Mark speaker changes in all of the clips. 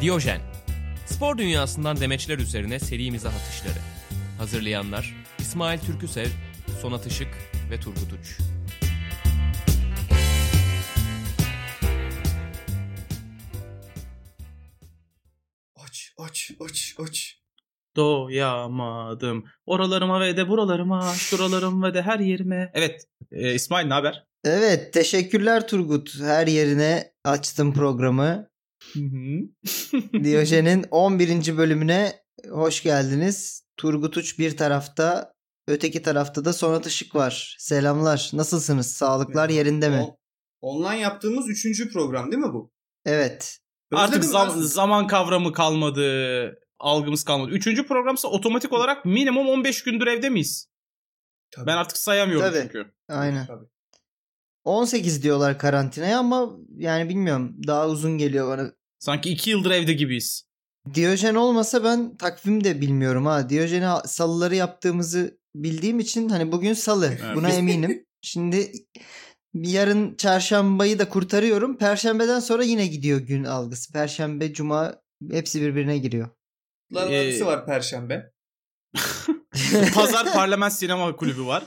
Speaker 1: Diyojen. Spor dünyasından demeçler üzerine serimize atışları. Hazırlayanlar İsmail Türküsev, Sonat Işık ve Turgut Uç.
Speaker 2: Aç, aç, aç, aç.
Speaker 3: Doyamadım. Oralarıma ve de buralarıma, şuralarıma ve de her yerime. Evet. e, İsmail ne haber?
Speaker 2: Evet, teşekkürler Turgut. Her yerine açtım programı. Diyojen'in 11. bölümüne hoş geldiniz. Turgut Uç bir tarafta, öteki tarafta da Sonat Işık var. Selamlar. Nasılsınız? Sağlıklar yerinde mi?
Speaker 4: O- online yaptığımız üçüncü program değil mi bu?
Speaker 2: Evet.
Speaker 3: Artık
Speaker 4: Özledim
Speaker 3: zam-
Speaker 4: ben-
Speaker 3: zaman kavramı kalmadı. Algımız kalmadı. Üçüncü programsa otomatik olarak minimum 15 gündür evde miyiz?
Speaker 4: Tabii.
Speaker 3: Ben artık sayamıyorum
Speaker 2: Tabii.
Speaker 3: çünkü.
Speaker 2: Aynen.
Speaker 4: Tabii.
Speaker 2: 18 diyorlar karantinaya ama yani bilmiyorum. Daha uzun geliyor bana.
Speaker 3: Sanki iki yıldır evde gibiyiz.
Speaker 2: Diyojen olmasa ben takvim de bilmiyorum ha. Diyojen'e salıları yaptığımızı bildiğim için hani bugün salı.
Speaker 3: Evet.
Speaker 2: Buna eminim. Şimdi bir yarın çarşambayı da kurtarıyorum. Perşembeden sonra yine gidiyor gün algısı. Perşembe, cuma hepsi birbirine giriyor.
Speaker 4: Lan
Speaker 3: Ee,
Speaker 4: hepsi var Perşembe.
Speaker 3: Pazar Parlament Sinema Kulübü var.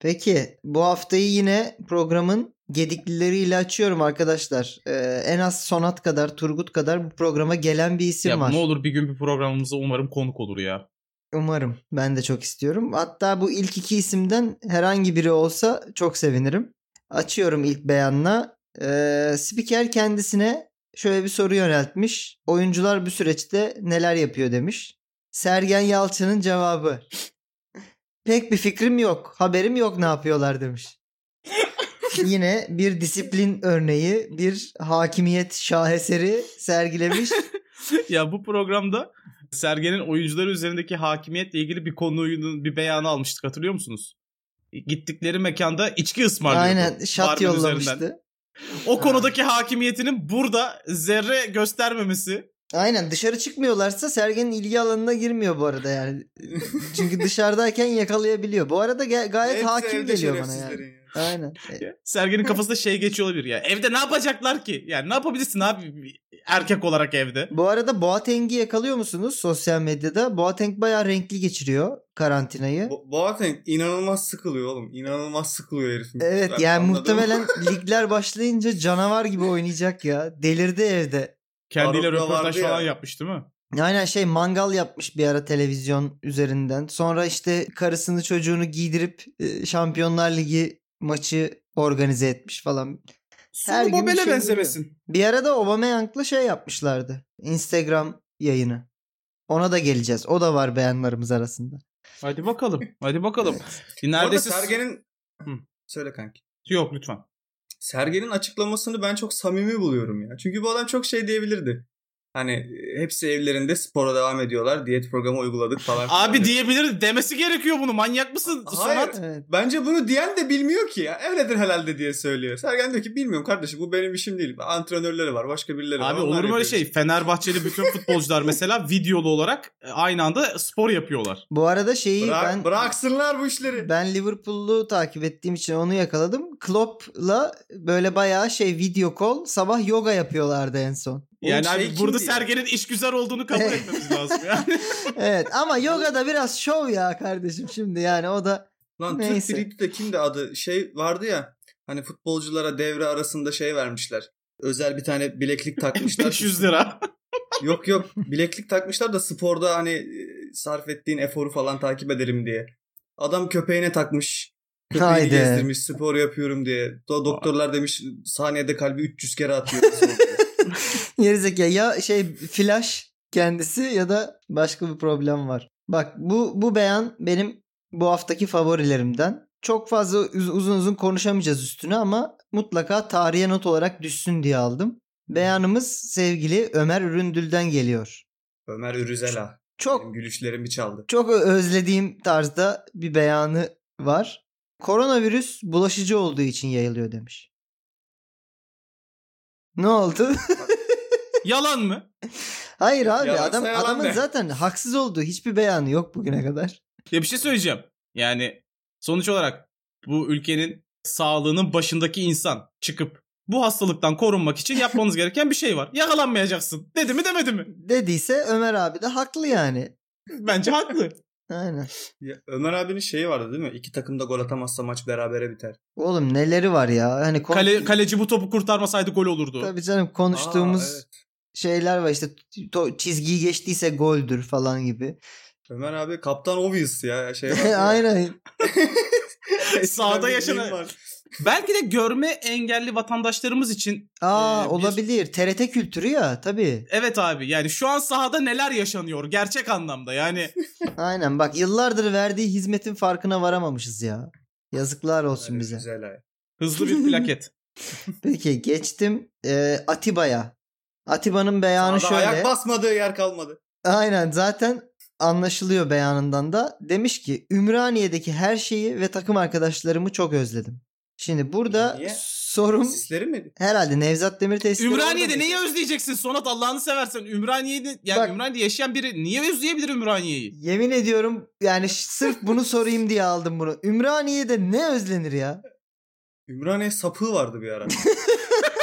Speaker 2: Peki bu haftayı yine programın gediklileriyle açıyorum arkadaşlar. Ee, en az Sonat kadar, Turgut kadar bu programa gelen bir isim
Speaker 3: ya
Speaker 2: var.
Speaker 3: ne olur bir gün bir programımıza umarım konuk olur ya.
Speaker 2: Umarım. Ben de çok istiyorum. Hatta bu ilk iki isimden herhangi biri olsa çok sevinirim. Açıyorum ilk beyanla. Ee, spiker kendisine şöyle bir soru yöneltmiş. Oyuncular bu süreçte neler yapıyor demiş. Sergen Yalçın'ın cevabı. Pek bir fikrim yok. Haberim yok ne yapıyorlar demiş. Yine bir disiplin örneği, bir hakimiyet şaheseri sergilemiş.
Speaker 3: ya bu programda Sergen'in oyuncuları üzerindeki hakimiyetle ilgili bir konunun bir beyanı almıştık hatırlıyor musunuz? Gittikleri mekanda içki ısmarlıyordu.
Speaker 2: Aynen şat
Speaker 3: Barmen
Speaker 2: yollamıştı.
Speaker 3: üzerinden. O konudaki hakimiyetinin burada zerre göstermemesi.
Speaker 2: Aynen dışarı çıkmıyorlarsa Sergen'in ilgi alanına girmiyor bu arada yani. Çünkü dışarıdayken yakalayabiliyor. Bu arada ge- gayet
Speaker 4: Hepsi
Speaker 2: hakim
Speaker 4: evde
Speaker 2: geliyor bana yani.
Speaker 4: şerefsizlerin ya.
Speaker 2: Aynen. E,
Speaker 3: Sergen'in kafasında şey geçiyor olabilir ya. Evde ne yapacaklar ki? Yani ne yapabilirsin abi bir erkek olarak evde?
Speaker 2: Bu arada Boateng'i yakalıyor musunuz sosyal medyada? Boateng bayağı renkli geçiriyor karantinayı.
Speaker 4: Bo- Boateng inanılmaz sıkılıyor oğlum. İnanılmaz sıkılıyor herifin.
Speaker 2: evet
Speaker 4: Ben
Speaker 2: yani
Speaker 4: anladım.
Speaker 2: muhtemelen ligler başlayınca canavar gibi oynayacak ya. Delirdi evde.
Speaker 3: Kendiyle
Speaker 4: Arap'ta
Speaker 3: röportaj
Speaker 4: vardı ya.
Speaker 3: falan yapmış değil mi?
Speaker 2: Aynen şey mangal yapmış bir ara televizyon üzerinden. Sonra işte karısını çocuğunu giydirip e, Şampiyonlar Ligi maçı organize etmiş falan. Her
Speaker 3: Her
Speaker 2: gün bir
Speaker 3: Bobel'e
Speaker 2: şey
Speaker 3: benzemesin.
Speaker 2: Bir arada Aubameyang'la şey yapmışlardı. Instagram yayını. Ona da geleceğiz. O da var beğenlerimiz arasında.
Speaker 3: Hadi bakalım. Hadi bakalım.
Speaker 4: Bu arada
Speaker 3: Neredeyse
Speaker 4: Sergen'in...
Speaker 3: Hı.
Speaker 4: Söyle kanki.
Speaker 3: Yok lütfen.
Speaker 4: Sergen'in açıklamasını ben çok samimi buluyorum ya. Çünkü bu adam çok şey diyebilirdi. Hani e, hepsi evlerinde spora devam ediyorlar. Diyet programı uyguladık falan.
Speaker 3: Abi
Speaker 4: filan.
Speaker 3: diyebilir demesi gerekiyor bunu. Manyak mısın?
Speaker 4: Hayır.
Speaker 3: Sonat.
Speaker 2: Evet.
Speaker 4: Bence bunu diyen de bilmiyor ki ya. Öyledir herhalde diye söylüyor. Sergen diyor ki bilmiyorum kardeşim bu benim işim değil. Antrenörleri var başka birileri var.
Speaker 3: Abi
Speaker 4: Onlar
Speaker 3: olur mu
Speaker 4: yapıyor
Speaker 3: öyle şey? Fenerbahçeli bütün futbolcular mesela videolu olarak e, aynı anda spor yapıyorlar.
Speaker 2: Bu arada şeyi
Speaker 4: Bırak,
Speaker 2: ben
Speaker 4: bıraksınlar bu işleri.
Speaker 2: ben Liverpool'u takip ettiğim için onu yakaladım. Klopp'la böyle bayağı şey video call sabah yoga yapıyorlardı en son.
Speaker 4: Oğlum
Speaker 3: yani
Speaker 4: şey
Speaker 3: abi
Speaker 4: kimdi
Speaker 3: burada
Speaker 4: ya?
Speaker 3: Sergen'in iş güzel olduğunu kabul
Speaker 2: Evet.
Speaker 3: etmemiz lazım yani.
Speaker 2: evet ama yoga da biraz şov ya kardeşim şimdi yani o da
Speaker 4: Lan
Speaker 2: Neyse.
Speaker 4: Türk Dirik'te kimdi adı? Şey vardı ya. Hani futbolculara devre arasında şey vermişler. Özel bir tane bileklik takmışlar.
Speaker 3: 500 lira.
Speaker 4: yok yok. Bileklik takmışlar da sporda hani e, sarf ettiğin eforu falan takip ederim diye. Adam köpeğine takmış. Köpeğini
Speaker 2: Haydi.
Speaker 4: gezdirmiş spor yapıyorum diye. Do- doktorlar demiş saniyede kalbi 300 kere atıyor.
Speaker 2: gerizekalı ya şey flash kendisi ya da başka bir problem var. Bak bu bu beyan benim bu haftaki favorilerimden. Çok fazla uz- uzun uzun konuşamayacağız üstüne ama mutlaka tarihe not olarak düşsün diye aldım. Beyanımız sevgili Ömer Üründül'den geliyor.
Speaker 4: Ömer Ürüzela.
Speaker 2: Çok
Speaker 4: Benim gülüşlerimi çaldı.
Speaker 2: çok ö- özlediğim tarzda bir beyanı var. Koronavirüs bulaşıcı olduğu için yayılıyor demiş. Ne oldu?
Speaker 3: Yalan mı?
Speaker 2: Hayır abi
Speaker 4: Yalansa
Speaker 2: adam
Speaker 4: yalan
Speaker 2: adamın
Speaker 4: be.
Speaker 2: zaten haksız olduğu hiçbir beyanı yok bugüne kadar.
Speaker 3: Ya bir şey söyleyeceğim. Yani sonuç olarak bu ülkenin sağlığının başındaki insan çıkıp bu hastalıktan korunmak için yapmanız gereken bir şey var. Yakalanmayacaksın. Dedi mi demedi mi?
Speaker 2: Dediyse Ömer abi de haklı yani.
Speaker 3: Bence haklı.
Speaker 2: Aynen.
Speaker 4: Ya, Ömer abinin şeyi vardı değil mi? İki takım da gol atamazsa maç berabere biter.
Speaker 2: Oğlum neleri var ya? Hani kon-
Speaker 3: Kale, kaleci bu topu kurtarmasaydı gol olurdu.
Speaker 2: Tabii canım konuştuğumuz
Speaker 4: Aa, evet.
Speaker 2: şeyler var işte to- çizgiyi geçtiyse goldür falan gibi.
Speaker 4: Ömer abi kaptan obvious ya. Şey var ya.
Speaker 2: Aynen.
Speaker 4: Eskiden
Speaker 3: Sahada
Speaker 4: bir
Speaker 3: yaşanan-
Speaker 4: deyim var.
Speaker 3: Belki de görme engelli vatandaşlarımız için
Speaker 2: Aa
Speaker 3: Ee, bir-
Speaker 2: olabilir. TRT kültürü ya tabii.
Speaker 3: evet abi yani şu an sahada neler yaşanıyor gerçek anlamda yani
Speaker 2: Aynen bak yıllardır verdiği hizmetin farkına varamamışız ya. Yazıklar olsun
Speaker 4: Evet,
Speaker 2: bize.
Speaker 4: Güzel ay.
Speaker 3: hızlı bir plaket.
Speaker 2: Peki geçtim ee, Atiba'ya. Atiba'nın beyanı
Speaker 4: Sahada
Speaker 2: şöyle.
Speaker 4: ayak basmadığı yer kalmadı.
Speaker 2: Aynen zaten anlaşılıyor beyanından da. Demiş ki Ümraniye'deki her şeyi ve takım arkadaşlarımı çok özledim. Şimdi burada
Speaker 4: Niye?
Speaker 2: sorum
Speaker 4: Sisleri mi?
Speaker 2: herhalde Nevzat Demir tesisleri orada
Speaker 3: Ümraniye'de
Speaker 2: mı?
Speaker 3: neyi özleyeceksin Sonat Allah'ını seversen Ümraniye'de yani
Speaker 2: Bak-
Speaker 3: Ümraniye'de yaşayan biri niye özleyebilir Ümraniye'yi?
Speaker 2: Yemin ediyorum yani ş- sırf bunu sorayım diye aldım bunu. Ümraniye'de ne özlenir ya?
Speaker 4: Ümraniye sapığı vardı bir ara.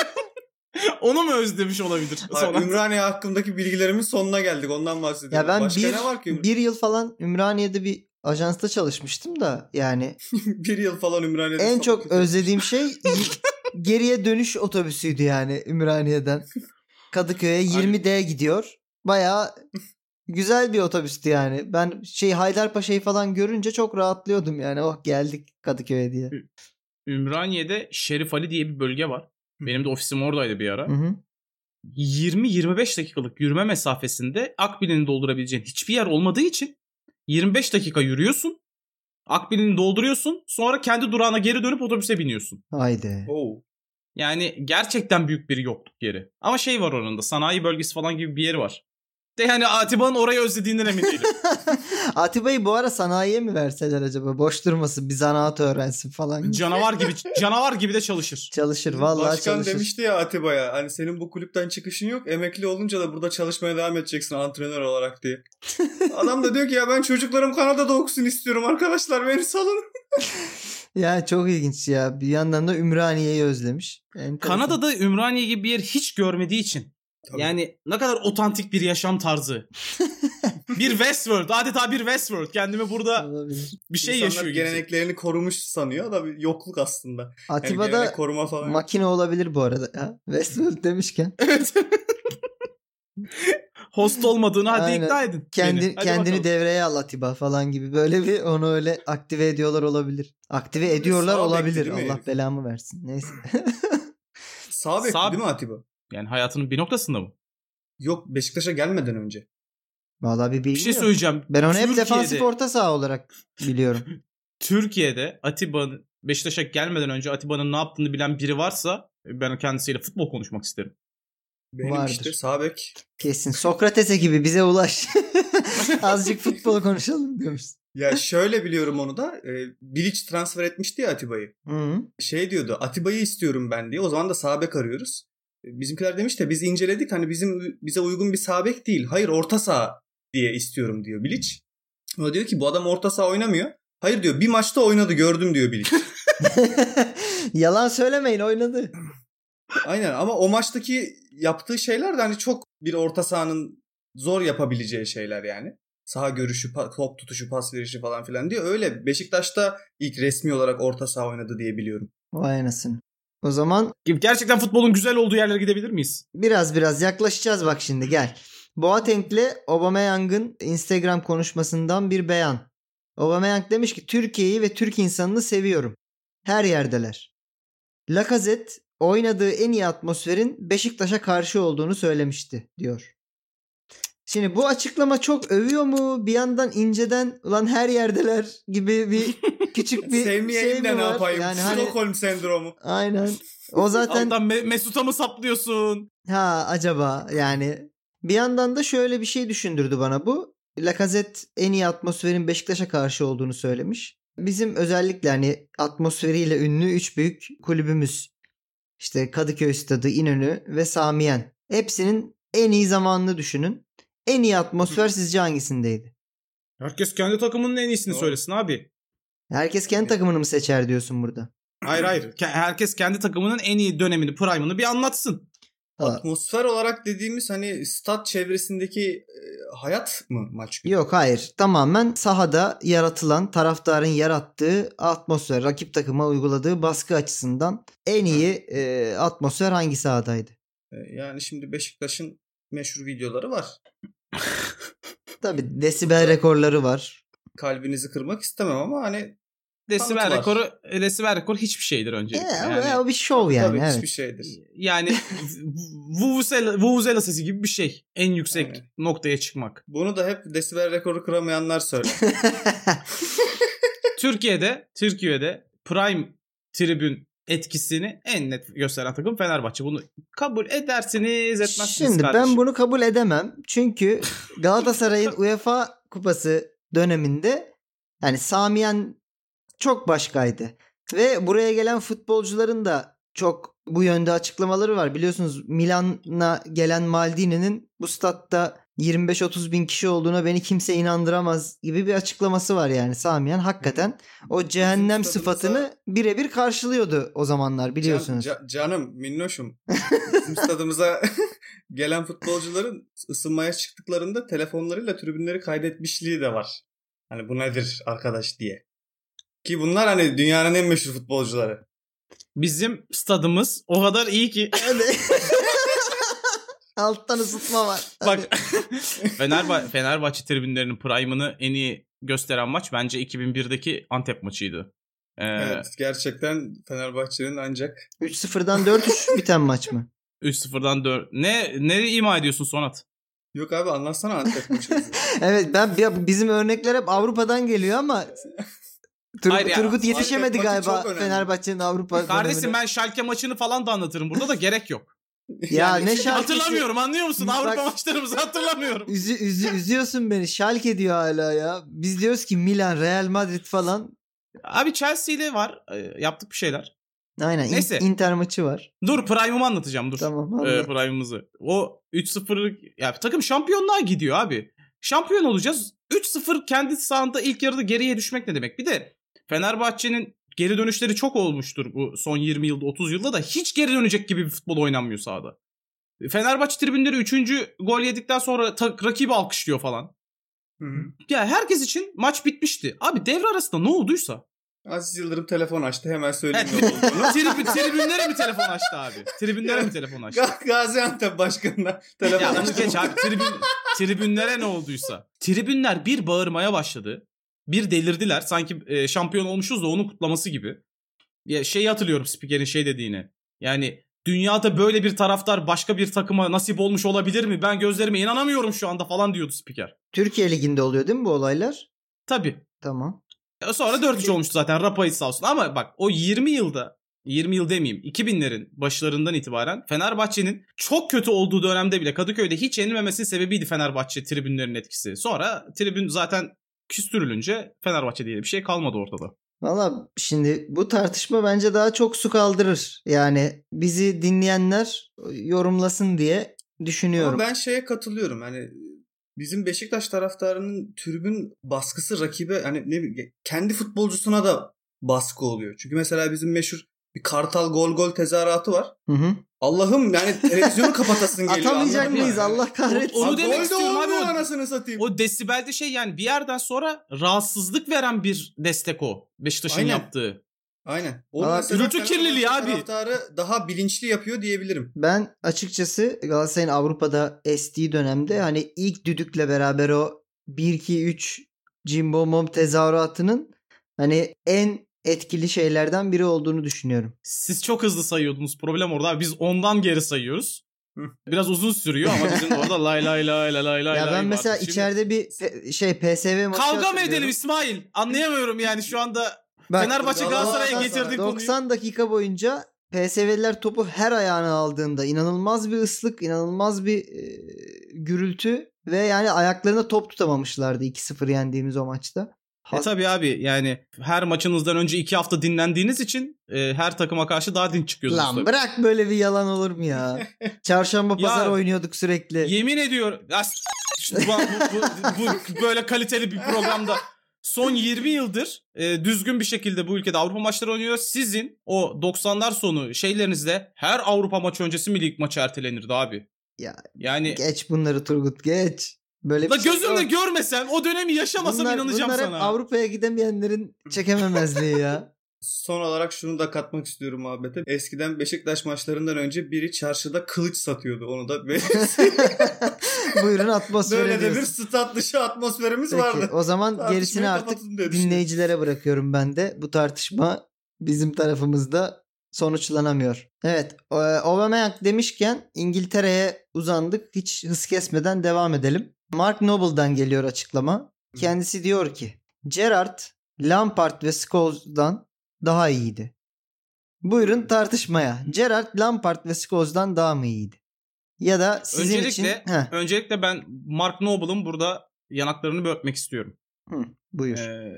Speaker 3: Onu mu özlemiş olabilir
Speaker 4: Hayır,
Speaker 3: Sonat?
Speaker 4: Ümraniye hakkındaki bilgilerimin sonuna geldik. Ondan bahsediyorum.
Speaker 2: Ya ben
Speaker 4: Başka
Speaker 2: bir,
Speaker 4: ne var ki? Ümraniye?
Speaker 2: bir yıl falan Ümraniye'de bir ajansta çalışmıştım da yani
Speaker 4: bir yıl falan Ümraniye'de
Speaker 2: en
Speaker 4: sapık
Speaker 2: çok
Speaker 4: kötü.
Speaker 2: özlediğim şey geriye dönüş otobüsüydü yani Ümraniye'den. Kadıköy'e 20D gidiyor. Bayağı güzel bir otobüstü yani. Ben şey Haydarpaşa'yı falan görünce çok rahatlıyordum yani. Oh geldik Kadıköy'e diye.
Speaker 3: Ümraniye'de Şerif Ali diye bir bölge var. Benim de ofisim oradaydı bir ara.
Speaker 2: Hı hı.
Speaker 3: 20-25 dakikalık yürüme mesafesinde Akbil'ini doldurabileceğin hiçbir yer olmadığı için 25 dakika yürüyorsun. Akbil'ini dolduruyorsun. Sonra kendi durağına geri dönüp otobüse biniyorsun.
Speaker 2: Haydi.
Speaker 4: Oo.
Speaker 3: Yani gerçekten büyük bir yokluk yeri. Ama şey var oranın da sanayi bölgesi falan gibi bir yeri var. De yani Atiba'nın orayı özlediğinden emin değilim.
Speaker 2: Atiba'yı bu ara sanayiye mi verseler acaba? Boş durmasın bir zanaat öğrensin falan. gibi.
Speaker 3: canavar gibi canavar gibi de çalışır.
Speaker 2: çalışır vallahi
Speaker 4: Başkan
Speaker 2: çalışır.
Speaker 4: demişti ya Atiba'ya hani senin bu kulüpten çıkışın yok emekli olunca da burada çalışmaya devam edeceksin antrenör olarak diye. Adam da diyor ki ya ben çocuklarım Kanada'da okusun istiyorum arkadaşlar beni salın.
Speaker 2: Ya çok ilginç ya. Bir yandan da Ümraniye'yi özlemiş. Enteresan.
Speaker 3: Kanada'da Ümraniye gibi bir yer hiç görmediği için
Speaker 4: Tabii.
Speaker 3: Yani ne kadar otantik bir yaşam tarzı. bir Westworld. Adeta bir Westworld. Kendimi burada
Speaker 2: Olabilir.
Speaker 3: bir şey
Speaker 4: İnsanlar
Speaker 3: yaşıyor. gibi.
Speaker 4: geleneklerini korumuş sanıyor da bir yokluk aslında. Yani
Speaker 2: Atiba'da
Speaker 4: gelenek koruma falan.
Speaker 2: makine olabilir bu arada ya. Westworld demişken
Speaker 3: Evet. Host olmadığını hadi
Speaker 2: Aynen.
Speaker 3: ikna edin.
Speaker 2: kendi
Speaker 3: beni. Hadi
Speaker 2: kendini
Speaker 3: bakalım.
Speaker 2: devreye al Atiba falan gibi böyle bir onu öyle aktive ediyorlar olabilir. Aktive ediyorlar
Speaker 4: sağ bekti
Speaker 2: olabilir.
Speaker 4: değil mi
Speaker 2: Allah
Speaker 4: herif?
Speaker 2: belamı versin. Neyse.
Speaker 4: Sağ bek
Speaker 3: Sağ-
Speaker 4: değil mi Atiba?
Speaker 3: Yani hayatının bir noktasında mı?
Speaker 4: Yok Beşiktaş'a gelmeden önce.
Speaker 2: Vallahi bir
Speaker 3: Bir
Speaker 2: bilgi
Speaker 3: şey
Speaker 2: yok.
Speaker 3: söyleyeceğim.
Speaker 2: Ben onu hep
Speaker 3: Türkiye'de-
Speaker 2: defansif orta saha olarak biliyorum.
Speaker 3: Türkiye'de Atiba'nın Beşiktaş'a gelmeden önce Atiba'nın ne yaptığını bilen biri varsa e, ben kendisiyle futbol konuşmak isterim.
Speaker 4: Benim
Speaker 2: Vardır.
Speaker 4: işte sağ bek.
Speaker 2: Kesin. Sokrates'e gibi bize ulaş. Azıcık futbol konuşalım diyormuş.
Speaker 4: Ya şöyle biliyorum onu da. E, Bilic transfer etmişti ya Atiba'yı.
Speaker 2: Hı.
Speaker 4: şey diyordu Atiba'yı istiyorum ben diye. O zaman da sabek arıyoruz. E, Bizimkiler demiş de biz inceledik hani bizim bize uygun bir sabek değil. Hayır orta saha diye istiyorum diyor Bilic. O diyor ki bu adam orta saha oynamıyor. Hayır diyor bir maçta oynadı gördüm diyor Bilic.
Speaker 2: Yalan söylemeyin oynadı.
Speaker 4: Aynen ama o maçtaki yaptığı şeyler de hani çok bir orta sahanın zor yapabileceği şeyler yani. Saha görüşü, pa- top tutuşu, pas verişi falan filan diye. Öyle Beşiktaş'ta ilk resmi olarak orta saha oynadı diye biliyorum.
Speaker 2: Vay anasını. O zaman
Speaker 3: Gerçekten futbolun güzel olduğu yerlere gidebilir miyiz?
Speaker 2: biraz biraz yaklaşacağız bak şimdi gel. Boateng'le Aubameyang'ın Instagram konuşmasından bir beyan. Aubameyang demiş ki Türkiye'yi ve Türk insanını seviyorum. Her yerdeler. Lacazette oynadığı en iyi atmosferin Beşiktaş'a karşı olduğunu söylemişti diyor. Şimdi bu açıklama çok övüyor mu? Bir yandan inceden ulan her yerdeler gibi bir küçük bir şey
Speaker 4: Sevmeyeyim
Speaker 2: mi
Speaker 4: de ne
Speaker 2: var?
Speaker 4: yapayım?
Speaker 2: Yani hani-
Speaker 4: Stockholm sendromu.
Speaker 2: aynen. O zaten
Speaker 3: Alttan Me- Mesut'a mı saplıyorsun?
Speaker 2: Ha acaba yani bir yandan da şöyle bir şey düşündürdü bana bu. Lacazette en iyi atmosferin Beşiktaş'a karşı olduğunu söylemiş. Bizim özellikle hani atmosferiyle ünlü üç büyük kulübümüz işte Kadıköy Stadı, İnönü ve Samiyen. Hepsinin en iyi zamanını düşünün. En iyi atmosfer sizce hangisindeydi?
Speaker 3: Herkes kendi takımının en iyisini
Speaker 4: Doğru.
Speaker 3: söylesin abi.
Speaker 2: Herkes kendi takımını mı seçer diyorsun burada?
Speaker 3: Hayır hayır. Ke- Herkes kendi takımının en iyi dönemini, prime'ını bir anlatsın.
Speaker 2: Ha.
Speaker 4: Atmosfer olarak dediğimiz hani stat çevresindeki e, hayat mı maç günü?
Speaker 2: Yok hayır. Tamamen sahada yaratılan taraftarın yarattığı atmosfer, rakip takıma uyguladığı baskı açısından en iyi e, atmosfer hangi sahadaydı?
Speaker 4: E, Yani şimdi Beşiktaş'ın meşhur videoları var.
Speaker 2: Tabii desibel rekorları var.
Speaker 4: Kalbinizi kırmak istemem ama hani
Speaker 3: Desibel
Speaker 4: Kanıt var.
Speaker 3: rekoru, desibel rekor hiçbir şeydir
Speaker 2: E,
Speaker 3: öncelikle.
Speaker 2: ama
Speaker 3: yani.
Speaker 2: o bir şov yani.
Speaker 4: tabii
Speaker 2: evet.
Speaker 4: hiçbir şeydir.
Speaker 3: Yani vuvuzela, vuvuzela sesi gibi bir şey. En yüksek
Speaker 4: Aynen.
Speaker 3: noktaya çıkmak.
Speaker 4: Bunu da hep desibel rekoru kıramayanlar söyler.
Speaker 3: Türkiye'de, Türkiye'de prime tribün etkisini en net gösteren takım Fenerbahçe. Bunu kabul edersiniz, etmezsiniz
Speaker 2: Şimdi
Speaker 3: kardeşim.
Speaker 2: ben bunu kabul edemem. Çünkü Galatasaray'ın UEFA kupası döneminde yani Samiyen çok başkaydı. Ve buraya gelen futbolcuların da çok bu yönde açıklamaları var. Biliyorsunuz Milan'a gelen Maldini'nin bu statta 25-30 bin kişi olduğuna beni kimse inandıramaz gibi bir açıklaması var yani Samiyen hakikaten o cehennem
Speaker 4: Bizim
Speaker 2: sıfatını birebir karşılıyordu o zamanlar biliyorsunuz.
Speaker 4: Can- ca- canım, minnoşum. Bizim stadımıza gelen futbolcuların ısınmaya çıktıklarında telefonlarıyla tribünleri kaydetmişliği de var. Hani bu nedir arkadaş diye. Ki bunlar hani dünyanın en meşhur futbolcuları.
Speaker 3: Bizim stadımız o kadar iyi ki
Speaker 2: Alttan ısıtma var.
Speaker 3: Bak Fenerba- Fenerbahçe tribünlerinin prime'ını en iyi gösteren maç bence 2001'deki Antep maçıydı. Ee,
Speaker 4: Evet, gerçekten Fenerbahçe'nin ancak
Speaker 2: 3-0'dan 4-3 biten maç mı?
Speaker 3: 3-0'dan 4. Ne ne ima ediyorsun Sonat?
Speaker 4: Yok abi anlatsana Antep maçımızı.
Speaker 2: Evet ben ya bizim örnekler hep Avrupa'dan geliyor ama Tur-
Speaker 3: Hayır ya,
Speaker 2: Turgut yetişemedi
Speaker 4: Antep maçı
Speaker 2: galiba
Speaker 4: çok önemli.
Speaker 2: Fenerbahçe'nin Avrupa
Speaker 3: Kardeşim
Speaker 2: dönemine.
Speaker 3: ben Schalke maçını falan da anlatırım. Burada da gerek yok.
Speaker 2: ya
Speaker 3: Yani
Speaker 2: ne şarkısı?
Speaker 3: Hatırlamıyorum anlıyor musun?
Speaker 2: şey- Bak-
Speaker 3: Avrupa maçlarımızı hatırlamıyorum.
Speaker 2: Üzü, üzü- üzüyorsun beni. Schalke diyor hala ya. Biz diyoruz ki Milan, Real Madrid falan.
Speaker 3: Abi Chelsea ile var. e, yaptık bir şeyler.
Speaker 2: Aynen. in-
Speaker 3: Neyse.
Speaker 2: Inter maçı var.
Speaker 3: Dur prime'ımı anlatacağım dur.
Speaker 2: Tamam.
Speaker 3: e,
Speaker 2: anladım.
Speaker 3: prime'ımızı. O 3-0'lık ya takım şampiyonluğa gidiyor abi. Şampiyon olacağız. 3-0 kendi sahanda ilk yarıda geriye düşmek ne demek? Bir de Fenerbahçe'nin geri dönüşleri çok olmuştur bu son 20 yılda 30 yılda da hiç geri dönecek gibi bir futbol oynanmıyor sahada. Fenerbahçe tribünleri 3. gol yedikten sonra ta- rakibi alkışlıyor falan. Ya herkes için maç bitmişti. Abi devre arasında ne olduysa.
Speaker 4: Aziz Yıldırım telefon açtı hemen söyleyeyim
Speaker 3: Evet.
Speaker 4: ne olduğunu.
Speaker 3: Tribün, tribünlere mi telefon açtı abi? Tribünlere mi telefon açtı?
Speaker 4: Ga- Gaziantep başkanına telefon
Speaker 3: Ya onu
Speaker 4: açtı.
Speaker 3: geç abi tribün, tribünlere ne olduysa. Tribünler bir bağırmaya başladı. Bir delirdiler. Sanki e, şampiyon olmuşuz da onun kutlaması gibi. Ya şeyi hatırlıyorum spikerin şey dediğini. Yani dünyada böyle bir taraftar başka bir takıma nasip olmuş olabilir mi? Ben gözlerime inanamıyorum şu anda falan diyordu spiker.
Speaker 2: Türkiye Ligi'nde oluyor değil mi bu olaylar?
Speaker 3: Tabii.
Speaker 2: Tamam.
Speaker 3: E, Sonra 4-3 olmuştu zaten Rapa'yı sağ olsun. Ama bak o 20 yılda 20 yıl demeyeyim 2000'lerin başlarından itibaren Fenerbahçe'nin çok kötü olduğu dönemde bile Kadıköy'de hiç yenilmemesinin sebebiydi Fenerbahçe tribünlerinin etkisi. Sonra tribün zaten küstürülünce Fenerbahçe diye bir şey kalmadı ortada.
Speaker 2: Valla şimdi bu tartışma bence daha çok su kaldırır. Yani bizi dinleyenler e, yorumlasın diye düşünüyorum.
Speaker 4: Ama ben şeye katılıyorum. Hani bizim Beşiktaş taraftarının tribün baskısı rakibe hani ne bileyim kendi futbolcusuna da baskı oluyor. Çünkü mesela bizim meşhur bir kartal gol gol tezahüratı var.
Speaker 2: Hı hı.
Speaker 4: Allah'ım yani televizyonu kapatasın geliyor.
Speaker 2: Atamayacak
Speaker 4: anladın mı?
Speaker 2: mıyız
Speaker 4: Yani.
Speaker 2: Allah kahretsin.
Speaker 3: Onu
Speaker 4: Aa,
Speaker 3: demek
Speaker 4: gol de
Speaker 3: istiyorum abi,
Speaker 4: olmuyor
Speaker 3: o-
Speaker 4: anasını satayım.
Speaker 3: O desibelde şey yani bir yerden sonra rahatsızlık veren bir destek o. Beşiktaş'ın
Speaker 4: Aynen.
Speaker 3: yaptığı.
Speaker 4: Aynen. O
Speaker 2: Aa,
Speaker 4: mesela
Speaker 3: gürültü
Speaker 4: Fenerbahçe
Speaker 3: kirliliği abi.
Speaker 4: Taraftarı daha bilinçli yapıyor diyebilirim.
Speaker 2: Ben açıkçası Galatasaray'ın Avrupa'da estiği dönemde hani ilk düdükle beraber o 1-2-3 Jimbo Mom tezahüratının hani en etkili şeylerden biri olduğunu düşünüyorum.
Speaker 3: Siz çok hızlı sayıyordunuz. Problem orada. abi. Biz ondan geri sayıyoruz.
Speaker 4: Hı.
Speaker 3: Biraz uzun sürüyor ama bizim orada lay lay lay lay lay lay.
Speaker 2: ya ben
Speaker 3: vardı.
Speaker 2: mesela
Speaker 3: Şimdi
Speaker 2: içeride bir pe- şey PSV maçı
Speaker 3: Kavga mı
Speaker 2: hatırlıyorum.
Speaker 3: edelim İsmail? Anlayamıyorum yani şu anda E,
Speaker 2: Bak,
Speaker 3: Fenerbahçe
Speaker 4: Galatasaray-
Speaker 3: Galatasaray'a getirdik konuyu.
Speaker 2: 90 dakika boyunca PSV'liler topu her ayağına aldığında inanılmaz bir ıslık, inanılmaz bir e, gürültü ve yani ayaklarına top tutamamışlardı 2-0 yendiğimiz o maçta.
Speaker 3: E tabi abi yani her maçınızdan önce iki hafta dinlendiğiniz için e, her takıma karşı daha dinç çıkıyorsunuz.
Speaker 2: Lan
Speaker 3: tabii.
Speaker 2: bırak böyle bir yalan olur mu ya? Çarşamba
Speaker 3: Ya,
Speaker 2: pazar oynuyorduk sürekli.
Speaker 3: Yemin ediyorum. Ya s- şu- bu, bu- bu- bu- böyle kaliteli bir programda son 20 yıldır e, düzgün bir şekilde bu ülkede Avrupa maçları oynuyor. Sizin o 90'lar sonu şeylerinizde her Avrupa maçı öncesi mi lig maçı ertelenirdi abi?
Speaker 2: Ya,
Speaker 3: yani
Speaker 2: Geç bunları Turgut geç. Böyle
Speaker 3: Hani- La
Speaker 2: bir şey
Speaker 3: gözümle
Speaker 2: yok.
Speaker 3: görmesem o dönemi yaşamasam
Speaker 2: bunlar,
Speaker 3: inanacağım
Speaker 2: bunlar hep
Speaker 3: sana.
Speaker 2: Avrupa'ya gidemeyenlerin çekememezliği ya.
Speaker 4: Son olarak şunu da katmak istiyorum muhabbete. Eskiden Beşiktaş maçlarından önce biri çarşıda kılıç satıyordu. Onu da
Speaker 2: Buyurun atmosfere
Speaker 4: böyle de bir
Speaker 2: diyorsun.
Speaker 4: stat dışı atmosferimiz
Speaker 2: Peki,
Speaker 4: vardı.
Speaker 2: o zaman
Speaker 4: Tartışmayı
Speaker 2: gerisini artık
Speaker 4: kapatın diye düşünüyorum.
Speaker 2: dinleyicilere bırakıyorum ben de. Bu tartışma bizim tarafımızda sonuçlanamıyor. Evet, e, Aubameyang demişken İngiltere'ye uzandık. Hiç hız kesmeden devam edelim. Mark Noble'dan geliyor açıklama. Kendisi diyor ki Gerrard, Lampard ve Scholes'dan daha iyiydi. Buyurun tartışmaya. Gerrard, Lampard ve Scholes'dan daha mı iyiydi? Ya da sizin
Speaker 3: Öncelikle-
Speaker 2: için... Heh,
Speaker 3: Öncelikle ben Mark Noble'ın burada yanaklarını bir öpmek istiyorum.
Speaker 2: buyur.
Speaker 3: Ee,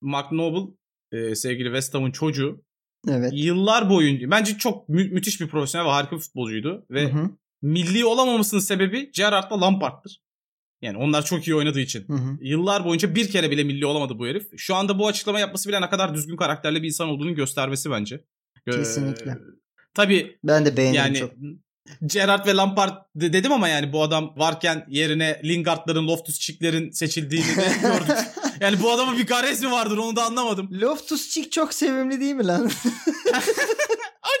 Speaker 3: Mark Noble e, sevgili West Ham'ın çocuğu
Speaker 2: evet.
Speaker 3: yıllar boyunca bence çok mü- müthiş bir profesyonel ve harika bir futbolcuydu ve
Speaker 2: Hı hı,
Speaker 3: milli olamamasının sebebi Gerrard'la Lampard'tır. Yani onlar çok iyi oynadığı için.
Speaker 2: hı hı.
Speaker 3: Yıllar boyunca bir kere bile milli olamadı bu herif. Şu anda bu açıklama yapması bile ne kadar düzgün karakterli bir insan olduğunu göstermesi bence. Ee,
Speaker 2: Kesinlikle.
Speaker 3: Tabii
Speaker 2: Ben de beğendim
Speaker 3: yani
Speaker 2: çok.
Speaker 3: Gerrard ve Lampard de- dedim ama yani bu adam varken yerine Lingard'ların, Loftus-Cheek'lerin seçildiğini de gördük. Yani bu adamın bir gares mi vardır onu da anlamadım.
Speaker 2: Loftus Cheek çok sevimli değil mi lan?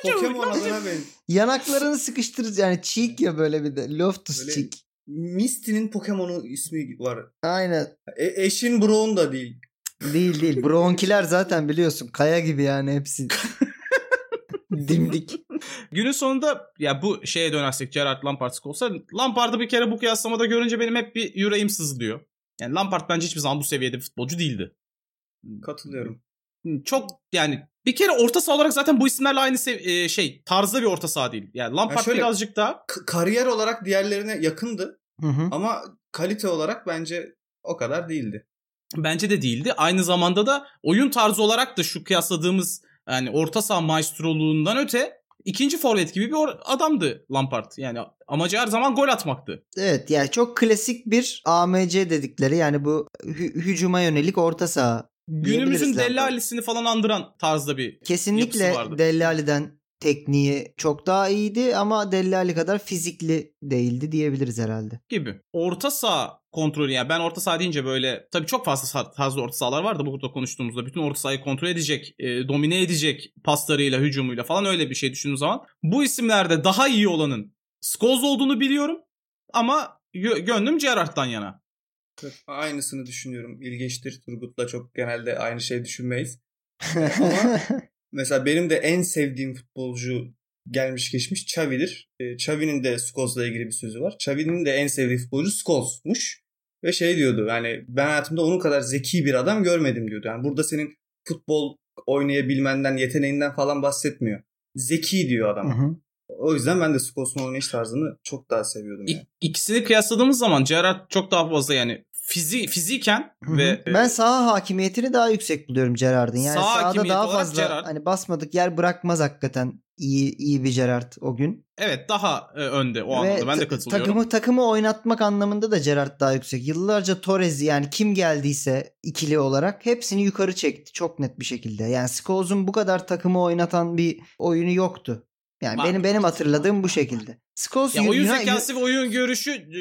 Speaker 4: Pokemon adına ben.
Speaker 2: Yanaklarını sıkıştırır yani Cheek ya böyle bir de Loftus
Speaker 4: Böyle-
Speaker 2: Cheek.
Speaker 4: Misty'nin Pokemon'u ismi var.
Speaker 2: Aynen.
Speaker 4: E, eşin Brown da değil.
Speaker 2: Değil değil. Bronkiler zaten biliyorsun kaya gibi yani hepsi. Dimdik.
Speaker 3: Günün sonunda ya bu şeye dönersek Gerrard Lampard olsa Lampard'ı bir kere bu kıyaslamada görünce benim hep bir yüreğim sızlıyor. Yani Lampard bence hiçbir zaman bu seviyede bir futbolcu değildi.
Speaker 4: Katılıyorum.
Speaker 3: Çok yani bir kere orta saha olarak zaten bu isimlerle aynı sev- e, şey tarzda bir orta saha değil. Yani Lampard
Speaker 4: şöyle-
Speaker 3: birazcık daha
Speaker 4: K- kariyer olarak diğerlerine yakındı
Speaker 2: Hı hı.
Speaker 4: ama kalite olarak bence o kadar değildi.
Speaker 3: Bence de değildi. Aynı zamanda da oyun tarzı olarak da şu kıyasladığımız yani orta saha maestroluğundan öte ikinci forvet gibi bir or- adamdı Lampard. Yani amacı her zaman gol atmaktı.
Speaker 2: Evet yani çok klasik bir AMC dedikleri yani bu hü- hücuma yönelik orta saha.
Speaker 3: Günümüzün
Speaker 2: Diyebiliriz Lampard.
Speaker 3: dellalesini falan andıran tarzda bir
Speaker 2: Kesinlikle
Speaker 3: Yapısı vardı.
Speaker 2: Dellali'den tekniği çok daha iyiydi ama Dellali kadar fizikli değildi diyebiliriz herhalde.
Speaker 3: gibi. Orta saha kontrolü yani ben orta saha deyince böyle tabii çok fazla sa- tarzda orta sahalar var da burada konuştuğumuzda bütün orta sahayı kontrol edecek, e, domine edecek paslarıyla, hücumuyla falan öyle bir şey düşündüğüm zaman bu isimlerde daha iyi olanın Scholes olduğunu biliyorum ama gö- gönlüm Gerrard'dan yana.
Speaker 4: Aynısını düşünüyorum. İlginçtir. Turgut'la çok genelde aynı şey düşünmeyiz. Mesela benim de en sevdiğim futbolcu gelmiş geçmiş Xavi'dir. E, Xavi'nin de Scholes'la ilgili bir sözü var. Xavi'nin de en sevdiği futbolcu Scholes'muş. Ve şey diyordu yani ben hayatımda onun kadar zeki bir adam görmedim diyordu. Yani burada senin futbol oynayabilmenden, yeteneğinden falan bahsetmiyor. Zeki diyor
Speaker 2: Hı
Speaker 4: adam.
Speaker 2: hı.
Speaker 4: O yüzden ben de Scholes'un oynayış tarzını çok daha seviyordum.
Speaker 3: İ-
Speaker 4: Yani.
Speaker 3: İkisini kıyasladığımız zaman Gerrard çok daha fazla yani fizi fiziken
Speaker 2: Hı hı.
Speaker 3: ve e,
Speaker 2: ben saha hakimiyetini daha yüksek buluyorum Gerard'ın. Yani
Speaker 3: Saha
Speaker 2: sahada
Speaker 3: hakimiyeti
Speaker 2: daha
Speaker 3: olarak
Speaker 2: fazla
Speaker 3: Gerrard.
Speaker 2: hani basmadık yer bırakmaz hakikaten iyi iyi bir Gerard o gün.
Speaker 3: evet daha e, önde o
Speaker 2: Ve
Speaker 3: anlamda ben de
Speaker 2: ta-
Speaker 3: katılıyorum.
Speaker 2: Takımı takımı oynatmak anlamında da Gerard daha yüksek. Yıllarca Torres yani kim geldiyse ikili olarak hepsini yukarı çekti çok net bir şekilde. Yani Scholes'un bu kadar takımı oynatan bir oyunu yoktu. Yani
Speaker 3: Var,
Speaker 2: benim benim
Speaker 3: var,
Speaker 2: hatırladığım
Speaker 3: var,
Speaker 2: bu
Speaker 3: var,
Speaker 2: şekilde. Scholes
Speaker 3: Ya
Speaker 2: Yu-
Speaker 3: oyun
Speaker 2: Yunan-
Speaker 3: zekası ve oyun görüşü e,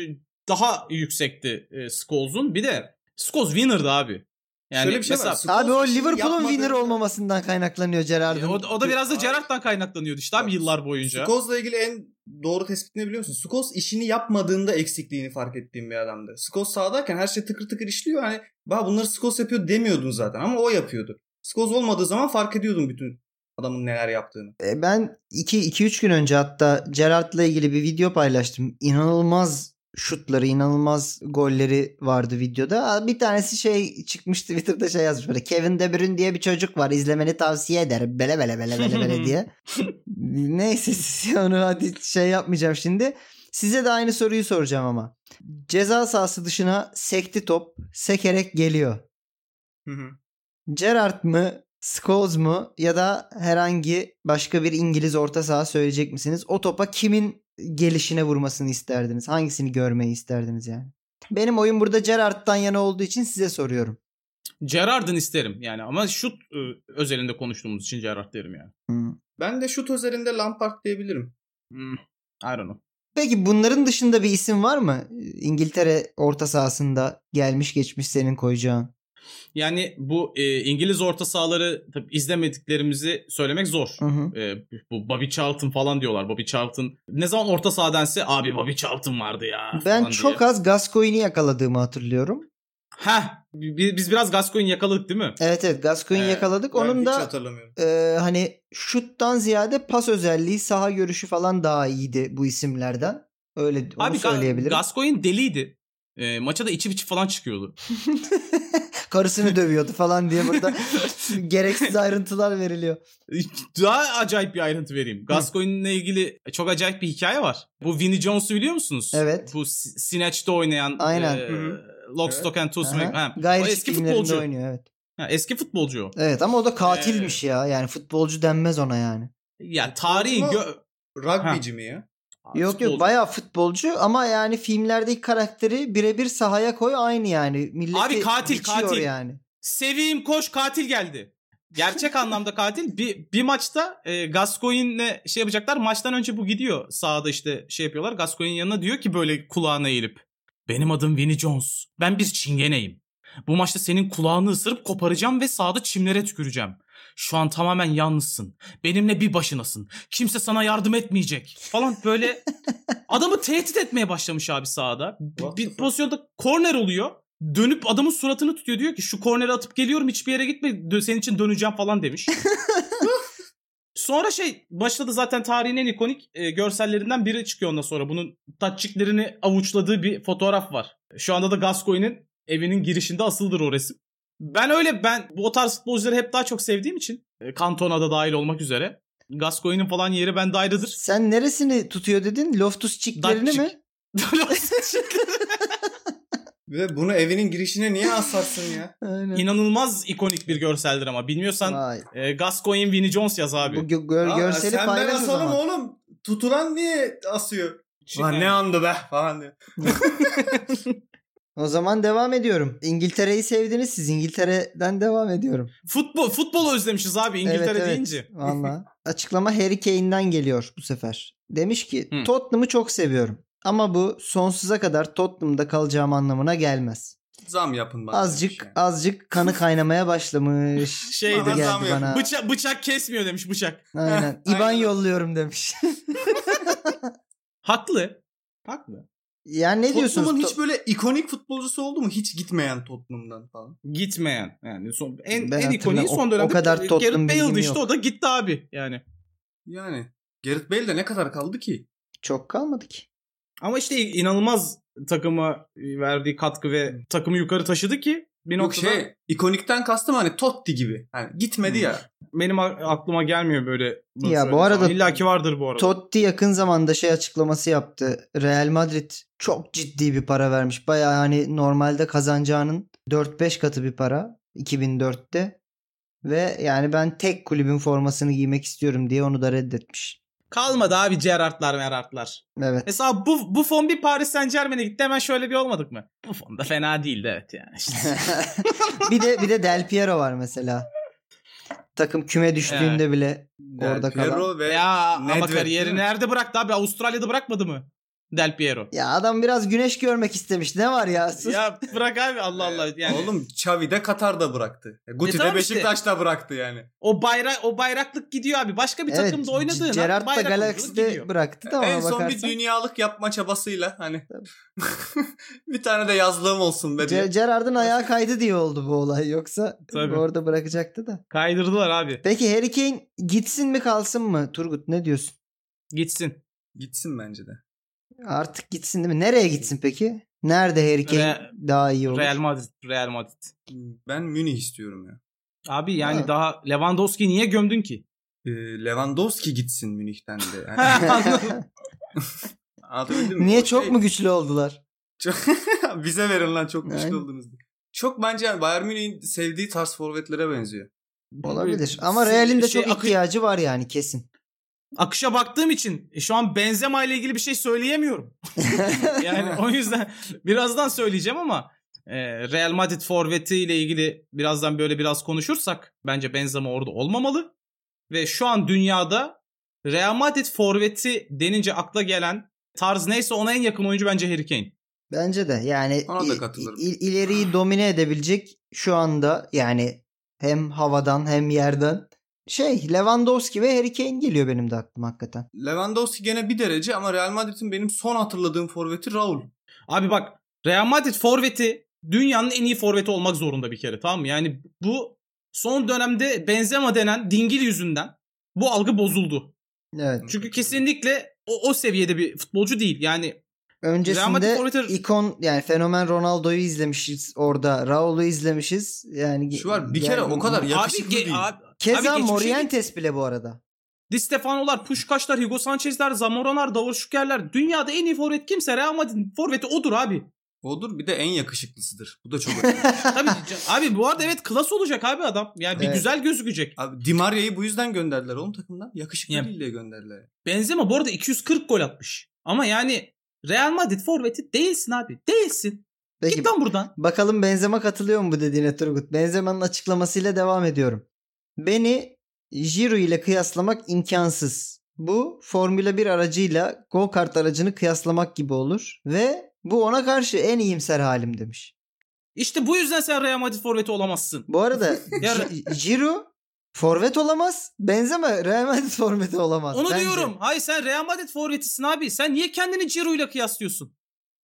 Speaker 3: daha yüksekti e, Scholes'un. Bir de Scholes winner'dı abi. Yani
Speaker 4: Şöyle bir şey var,
Speaker 3: mesela
Speaker 4: Scholes
Speaker 2: Abi o
Speaker 4: bir şey
Speaker 2: Liverpool'un winner
Speaker 4: yapmadı.
Speaker 2: olmamasından kaynaklanıyor Gerard'ın.
Speaker 3: e, o, da- o da biraz da
Speaker 4: Abi-
Speaker 3: Gerrard'dan kaynaklanıyordu işte abi
Speaker 4: Bak,
Speaker 3: yıllar boyunca.
Speaker 4: Scholes'la ilgili en doğru tespit ne biliyor musun? Scholes işini yapmadığında eksikliğini fark ettiğim bir adamdı. Scholes sahadayken her şey tıkır tıkır işliyor. Hani bah bunları Scholes yapıyor demiyordun zaten ama o yapıyordu. Scholes olmadığı zaman fark ediyordun bütün adamın neler yaptığını.
Speaker 2: E, Ben 2-3 gün önce hatta Gerard'la ilgili bir video paylaştım. İnanılmaz şutları, inanılmaz golleri vardı videoda. Aa, Bir tanesi şey çıkmıştı Twitter'da şey yazmış böyle. Kevin De Bruyne diye bir çocuk var. izlemeni tavsiye ederim. Bele bele bele bele bele diye. Neyse siz onu hadi şey yapmayacağım şimdi. Size de aynı soruyu soracağım ama. Ceza sahası dışına sekti top sekerek geliyor. Gerrard mı, Scholes mu ya da herhangi başka bir İngiliz orta saha söyleyecek misiniz? O topa kimin gelişine vurmasını isterdiniz? Hangisini görmeyi isterdiniz yani? Benim oyun burada Gerrard'dan yana olduğu için size soruyorum.
Speaker 3: Gerard'ın isterim yani ama şut e, özelinde konuştuğumuz için Gerard derim yani.
Speaker 2: Hı.
Speaker 4: Ben de şut üzerinde Lampard diyebilirim.
Speaker 3: Hmm. I don't know.
Speaker 2: Peki bunların dışında bir isim var mı? İngiltere orta sahasında gelmiş geçmiş senin koyacağın.
Speaker 3: Yani bu e, İngiliz orta sahaları tabii izlemediklerimizi söylemek zor.
Speaker 2: Hı hı.
Speaker 3: E, bu Bobby Charlton falan diyorlar. Bobby Charlton ne zaman orta sahadense abi Bobby Charlton vardı ya.
Speaker 2: Ben
Speaker 3: falan
Speaker 2: çok
Speaker 3: diye.
Speaker 2: az Gascoigne'i yakaladığımı hatırlıyorum.
Speaker 3: Heh, bi- biz biraz Gascoigne yakaladık değil mi?
Speaker 2: Evet evet Gascoigne'i
Speaker 3: Ee,
Speaker 2: yakaladık.
Speaker 4: Ben
Speaker 2: Onun
Speaker 4: hiç
Speaker 2: da
Speaker 4: hatırlamıyorum.
Speaker 2: e, hani şuttan ziyade pas özelliği, saha görüşü falan daha iyiydi bu isimlerden. Öyle onu
Speaker 3: abi Ga-
Speaker 2: söyleyebilirim.
Speaker 3: Gascoigne deliydi. E, maça da içi biçi falan çıkıyordu.
Speaker 2: Karısını dövüyordu falan diye burada gereksiz ayrıntılar veriliyor.
Speaker 3: Daha acayip bir ayrıntı vereyim. Gascoigne'le ilgili çok acayip bir hikaye var. Bu Vinnie Jones'u biliyor musunuz?
Speaker 2: Evet.
Speaker 3: Bu S- Snatch'te oynayan
Speaker 2: Aynen.
Speaker 3: e,
Speaker 4: Hı hı.
Speaker 3: Lock, Stock and Two Smoke.
Speaker 2: Aha.
Speaker 3: Ha,
Speaker 2: Gayri
Speaker 3: o
Speaker 2: eski
Speaker 3: eski futbolcu.
Speaker 2: oynuyor evet.
Speaker 3: Ha, eski futbolcu o.
Speaker 2: Evet ama o da katilmiş ya. Yani futbolcu denmez ona yani.
Speaker 3: Ya tarihin
Speaker 4: Futbolcu
Speaker 3: gö-
Speaker 4: Rugbyci mi ya?
Speaker 2: Yok
Speaker 3: Futbolcu.
Speaker 2: yok bayağı futbolcu ama yani filmlerdeki karakteri birebir sahaya koy aynı yani. Milleti
Speaker 3: Abi katil,
Speaker 2: biçiyor
Speaker 3: katil.
Speaker 2: yani.
Speaker 3: Seveyim koş katil geldi. Gerçek anlamda katil. Bir, bir maçta e, Gascoigne'le şey yapacaklar. Maçtan önce bu gidiyor. Sağda işte şey yapıyorlar. Gascoigne'in yanına diyor ki böyle kulağına eğilip. Benim adım Vinnie Jones. Ben bir çingeneyim. Bu maçta senin kulağını ısırıp koparacağım ve sağda çimlere tüküreceğim. Şu an tamamen yalnızsın. Benimle bir başınasın. Kimse sana yardım etmeyecek. Falan böyle adamı tehdit etmeye başlamış abi sahada.
Speaker 4: What the
Speaker 3: Bir
Speaker 4: fuck?
Speaker 3: pozisyonda korner oluyor. Dönüp adamın suratını tutuyor. Diyor ki şu korneri atıp geliyorum hiçbir yere gitme. Dö- Senin için döneceğim falan demiş. sonra şey başladı zaten tarihin en ikonik e, görsellerinden biri çıkıyor ondan sonra. Bunun tatçiklerini avuçladığı bir fotoğraf var. Şu anda da Gascoigne'in evinin girişinde asıldır o resim. Ben öyle ben bu o tarz futbolcuları hep daha çok sevdiğim için e, Cantona da dahil olmak üzere. Gascoigne'in falan yeri bende ayrıdır.
Speaker 2: Sen neresini tutuyor dedin? Loftus çiklerini
Speaker 3: Datçik.
Speaker 2: mi?
Speaker 4: Ve bunu evinin girişine niye asarsın ya?
Speaker 2: Aynen.
Speaker 3: İnanılmaz ikonik bir görseldir ama bilmiyorsan
Speaker 2: Vay.
Speaker 3: e, Gascoigne Vinnie Jones yaz abi.
Speaker 2: Bu gö- gör-
Speaker 4: Aa,
Speaker 2: görseli
Speaker 4: sen ben
Speaker 2: paylaş o
Speaker 4: asalım
Speaker 2: zaman.
Speaker 4: oğlum. Tutulan niye asıyor? Lan ne andı be falan diyor.
Speaker 2: O zaman devam ediyorum. İngiltere'yi sevdiniz siz. İngiltere'den devam ediyorum.
Speaker 3: Futbol futbol özlemişiz abi İngiltere
Speaker 2: Evet, evet.
Speaker 3: deyince.
Speaker 2: Valla. Açıklama Harry Kane'den geliyor bu sefer. Demiş ki
Speaker 3: Hı.
Speaker 2: Tottenham'ı çok seviyorum. Ama bu sonsuza kadar Tottenham'da kalacağım anlamına gelmiş.
Speaker 4: Zam yapın bana.
Speaker 2: Azıcık
Speaker 4: demiş
Speaker 2: azıcık kanı kaynamaya başlamış.
Speaker 3: Şey
Speaker 4: Bana
Speaker 2: Geldi
Speaker 3: demiş.
Speaker 4: zam yapın.
Speaker 2: bana.
Speaker 3: Bıça- bıçak kesmiyor demiş bıçak.
Speaker 2: Aynen.
Speaker 4: Aynen.
Speaker 2: İban yolluyorum demiş.
Speaker 3: Haklı. Haklı.
Speaker 2: yani ne
Speaker 4: Tottenham'ın
Speaker 2: diyorsunuz?
Speaker 4: hiç böyle ikonik futbolcusu oldu mu? Hiç gitmeyen Tottenham'dan falan.
Speaker 3: Gitmeyen. Yani son, en,
Speaker 2: Ben
Speaker 3: en ikoniği
Speaker 2: hatırlamıyorum. O-
Speaker 3: son dönemde.
Speaker 2: o kadar
Speaker 3: Gareth
Speaker 2: Tottenham
Speaker 3: Bale'di
Speaker 2: bilgim
Speaker 3: işte
Speaker 2: yok.
Speaker 3: o da gitti abi yani.
Speaker 4: Yani Gareth Bale de ne kadar kaldı ki?
Speaker 2: Çok kalmadı ki.
Speaker 3: Ama işte inanılmaz takıma verdiği katkı ve takımı yukarı taşıdı ki bir
Speaker 4: Yok
Speaker 3: noktada Hmm.
Speaker 4: şey ikonikten kastım hani Totti gibi. Yani gitmedi ya.
Speaker 3: benim a- aklıma gelmiyor böyle. bunu
Speaker 2: Ya bu
Speaker 3: söylediğim
Speaker 2: arada-
Speaker 3: zaman. İlla ki vardır bu arada.
Speaker 2: Totti yakın zamanda şey açıklaması yaptı. Real Madrid çok ciddi bir para vermiş. Bayağı hani normalde kazanacağının 4-5 katı bir para 2004'te. Ve yani ben tek kulübün formasını giymek istiyorum diye onu da reddetmiş.
Speaker 3: Kalmadı abi Gerrard'lar Merard'lar.
Speaker 2: Evet.
Speaker 3: Mesela bu Buffon bir Paris Saint Germain'e gitti hemen şöyle bir olmadık mı? Buffon da fena değildi evet yani. işte.
Speaker 2: bir de bir de Del Piero var mesela. Takım küme düştüğünde bile Orada
Speaker 4: Del Piero ve
Speaker 3: ya ama
Speaker 4: Nedved, değil
Speaker 3: kariyeri
Speaker 4: mi?
Speaker 3: nerede bıraktı abi? Avustralya'da bırakmadı mı? Del Piero.
Speaker 2: ya adam biraz güneş görmek istemiş. Ne var ya? Sus.
Speaker 3: ya bırak abi Allah Allah yani.
Speaker 4: Ee, e, Oğlum Xavi de Katar'da bıraktı. E, Guti
Speaker 3: E,
Speaker 4: de
Speaker 3: tamam işte.
Speaker 4: Beşiktaş'ta bıraktı yani.
Speaker 3: O bayrak o bayraklık gidiyor abi. Başka bir takımda oynadığına
Speaker 2: Gerard da
Speaker 3: bayraklık gidiyor.
Speaker 2: Galaxy'de bıraktı da ona
Speaker 4: en son bir
Speaker 2: bakarsan.
Speaker 4: dünyalık yapma çabasıyla hani
Speaker 2: Tabii.
Speaker 4: bir tane de yazlığım olsun be. diye.
Speaker 2: Ce- Gerard'ın ayağı kaydı diye oldu bu olay. Yoksa
Speaker 3: Tabii.
Speaker 2: orada bırakacaktı da.
Speaker 3: Kaydırdılar abi.
Speaker 2: Peki Harry Kane gitsin mi kalsın mı Turgut ne diyorsun?
Speaker 3: Gitsin.
Speaker 4: Gitsin bence de.
Speaker 2: Artık gitsin değil mi? Nereye gitsin peki? Nerede Harry Kane
Speaker 3: Re-
Speaker 2: daha iyi olur?
Speaker 3: Real Madrid, Real Madrid.
Speaker 4: Ben Münih istiyorum ya.
Speaker 3: Abi yani
Speaker 2: Ha.
Speaker 3: daha Lewandowski'yi niye gömdün ki?
Speaker 4: Ee, Lewandowski gitsin Münih'ten de. Hani, Yani,
Speaker 3: Anladım.
Speaker 4: anlatabildim mi?
Speaker 2: Niye
Speaker 4: O
Speaker 2: çok
Speaker 4: şey-
Speaker 2: mu güçlü oldular?
Speaker 4: Bize verin lan çok güçlü
Speaker 2: Aynen.
Speaker 4: oldunuz diye. Çok bence yani Bayern Münih'in sevdiği tarz forvetlere benziyor.
Speaker 2: Olabilir. Ama
Speaker 3: Şey-
Speaker 2: Real'in de
Speaker 3: şey,
Speaker 2: çok
Speaker 3: akış-
Speaker 2: ihtiyacı var yani kesin.
Speaker 3: akışa baktığım için e, şu an Benzema ile ilgili bir şey söyleyemiyorum. Yani o yüzden birazdan söyleyeceğim ama Ee, Real Madrid forveti ile ilgili birazdan böyle biraz konuşursak bence Benzema orada olmamalı. Ve şu an dünyada Real Madrid forveti denince akla gelen tarz neyse ona en yakın oyuncu bence Harry Kane.
Speaker 2: Bence de yani
Speaker 4: Ona da
Speaker 2: il-
Speaker 4: katılırım.
Speaker 2: il- ileriyi domine edebilecek şu anda yani hem havadan hem yerden şey Lewandowski ve Harry Kane geliyor benim de aklıma hakikaten.
Speaker 4: Lewandowski gene bir derece ama Real Madrid'in benim son hatırladığım forveti Raul.
Speaker 3: Abi bak Real Madrid forveti dünyanın en iyi forveti olmak zorunda bir kere tamam mı? Yani bu son dönemde Benzema denen dingil yüzünden bu algı bozuldu.
Speaker 2: Evet.
Speaker 3: Çünkü kesinlikle o, o seviyede bir futbolcu değil. Yani Real Madrid
Speaker 2: Öncesinde
Speaker 3: forveti-
Speaker 2: ikon yani fenomen Ronaldo'yu izlemişiz orada. Raul'u izlemişiz. Yani
Speaker 4: Şu var bir kere
Speaker 2: yani-
Speaker 4: o kadar yakışıklı
Speaker 3: ge-
Speaker 4: değil.
Speaker 3: abi- abi
Speaker 2: Keza
Speaker 3: geçmişe
Speaker 2: Morientes bile bu arada.
Speaker 3: Di Stefano'lar, Puşkaşlar, Hugo Sanchez'ler, Zamoranar, Davuşuker'ler dünyada en iyi forvet kimse Real Madrid forveti odur abi.
Speaker 4: Odur bir de en yakışıklısıdır. Bu da çok önemli.
Speaker 3: Tabii can- abi bu arada evet klas olacak abi adam. Yani bir
Speaker 2: Evet.
Speaker 3: güzel gözükecek.
Speaker 4: Abi Di Maria'yı bu yüzden gönderdiler oğlum takımdan. Yakışıklı
Speaker 3: Ya.
Speaker 4: değil diye gönderdiler.
Speaker 3: Benzema bu arada 240 gol atmış. Ama yani Real Madrid forveti değilsin abi. Değilsin.
Speaker 2: Peki
Speaker 3: Git lan buradan.
Speaker 2: bakalım Benzema katılıyor mu bu dediğine Turgut. Benzema'nın açıklamasıyla devam ediyorum. Beni Giro ile kıyaslamak imkansız. Bu Formula 1 aracıyla go kart aracını kıyaslamak gibi olur ve bu ona karşı en iyimser halim demiş.
Speaker 3: İşte bu yüzden sen Real Madrid forveti olamazsın.
Speaker 2: Bu arada
Speaker 3: Ya-
Speaker 2: Gi- Giro forvet olamaz. Benzema Real Madrid forveti olamaz.
Speaker 3: Onu
Speaker 2: bence.
Speaker 3: diyorum. Hayır sen Real Madrid forvetisin abi. Sen niye kendini Ciro ile kıyaslıyorsun?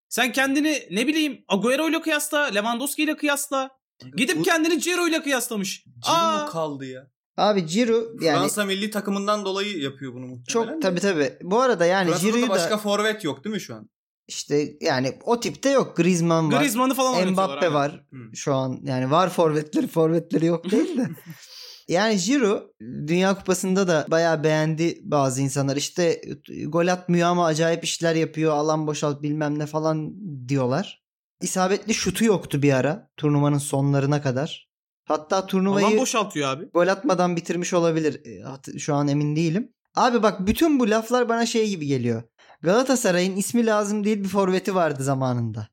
Speaker 3: Sen kendini ne bileyim Agüero ile kıyasla, Lewandowski ile kıyasla. Gidip
Speaker 4: Bu-
Speaker 3: kendini Ciro ile kıyaslamış.
Speaker 4: Ciro
Speaker 3: Aa,
Speaker 4: kaldı ya.
Speaker 2: Abi Giro yani
Speaker 4: Fransa milli takımından dolayı yapıyor bunu muhtemelen.
Speaker 2: çok
Speaker 4: de.
Speaker 2: tabi tabi. Bu arada yani
Speaker 4: Fransa'da
Speaker 2: Giro'yu
Speaker 4: da başka
Speaker 2: da
Speaker 4: forvet yok değil mi şu an?
Speaker 2: işte yani o tipte yok. Griezmann var.
Speaker 3: Griezmann'ı falan oynatıyorlar
Speaker 2: Mbappe
Speaker 3: abi.
Speaker 2: var
Speaker 4: Hı.
Speaker 2: şu an. Yani var forvetleri forvetleri yok değil de. yani Giroud Dünya Kupası'nda da bayağı beğendi bazı insanlar. İşte gol atmıyor ama acayip işler yapıyor. Alan boşalt bilmem ne falan diyorlar. İsabetli şutu yoktu bir ara turnuvanın sonlarına kadar. Hatta turnuvayı
Speaker 3: Alan boşaltıyor abi.
Speaker 2: gol atmadan bitirmiş olabilir. E, hat- Şu an emin değilim. Abi bak bütün bu laflar bana şey gibi geliyor. Galatasaray'ın ismi lazım değil bir forveti vardı zamanında.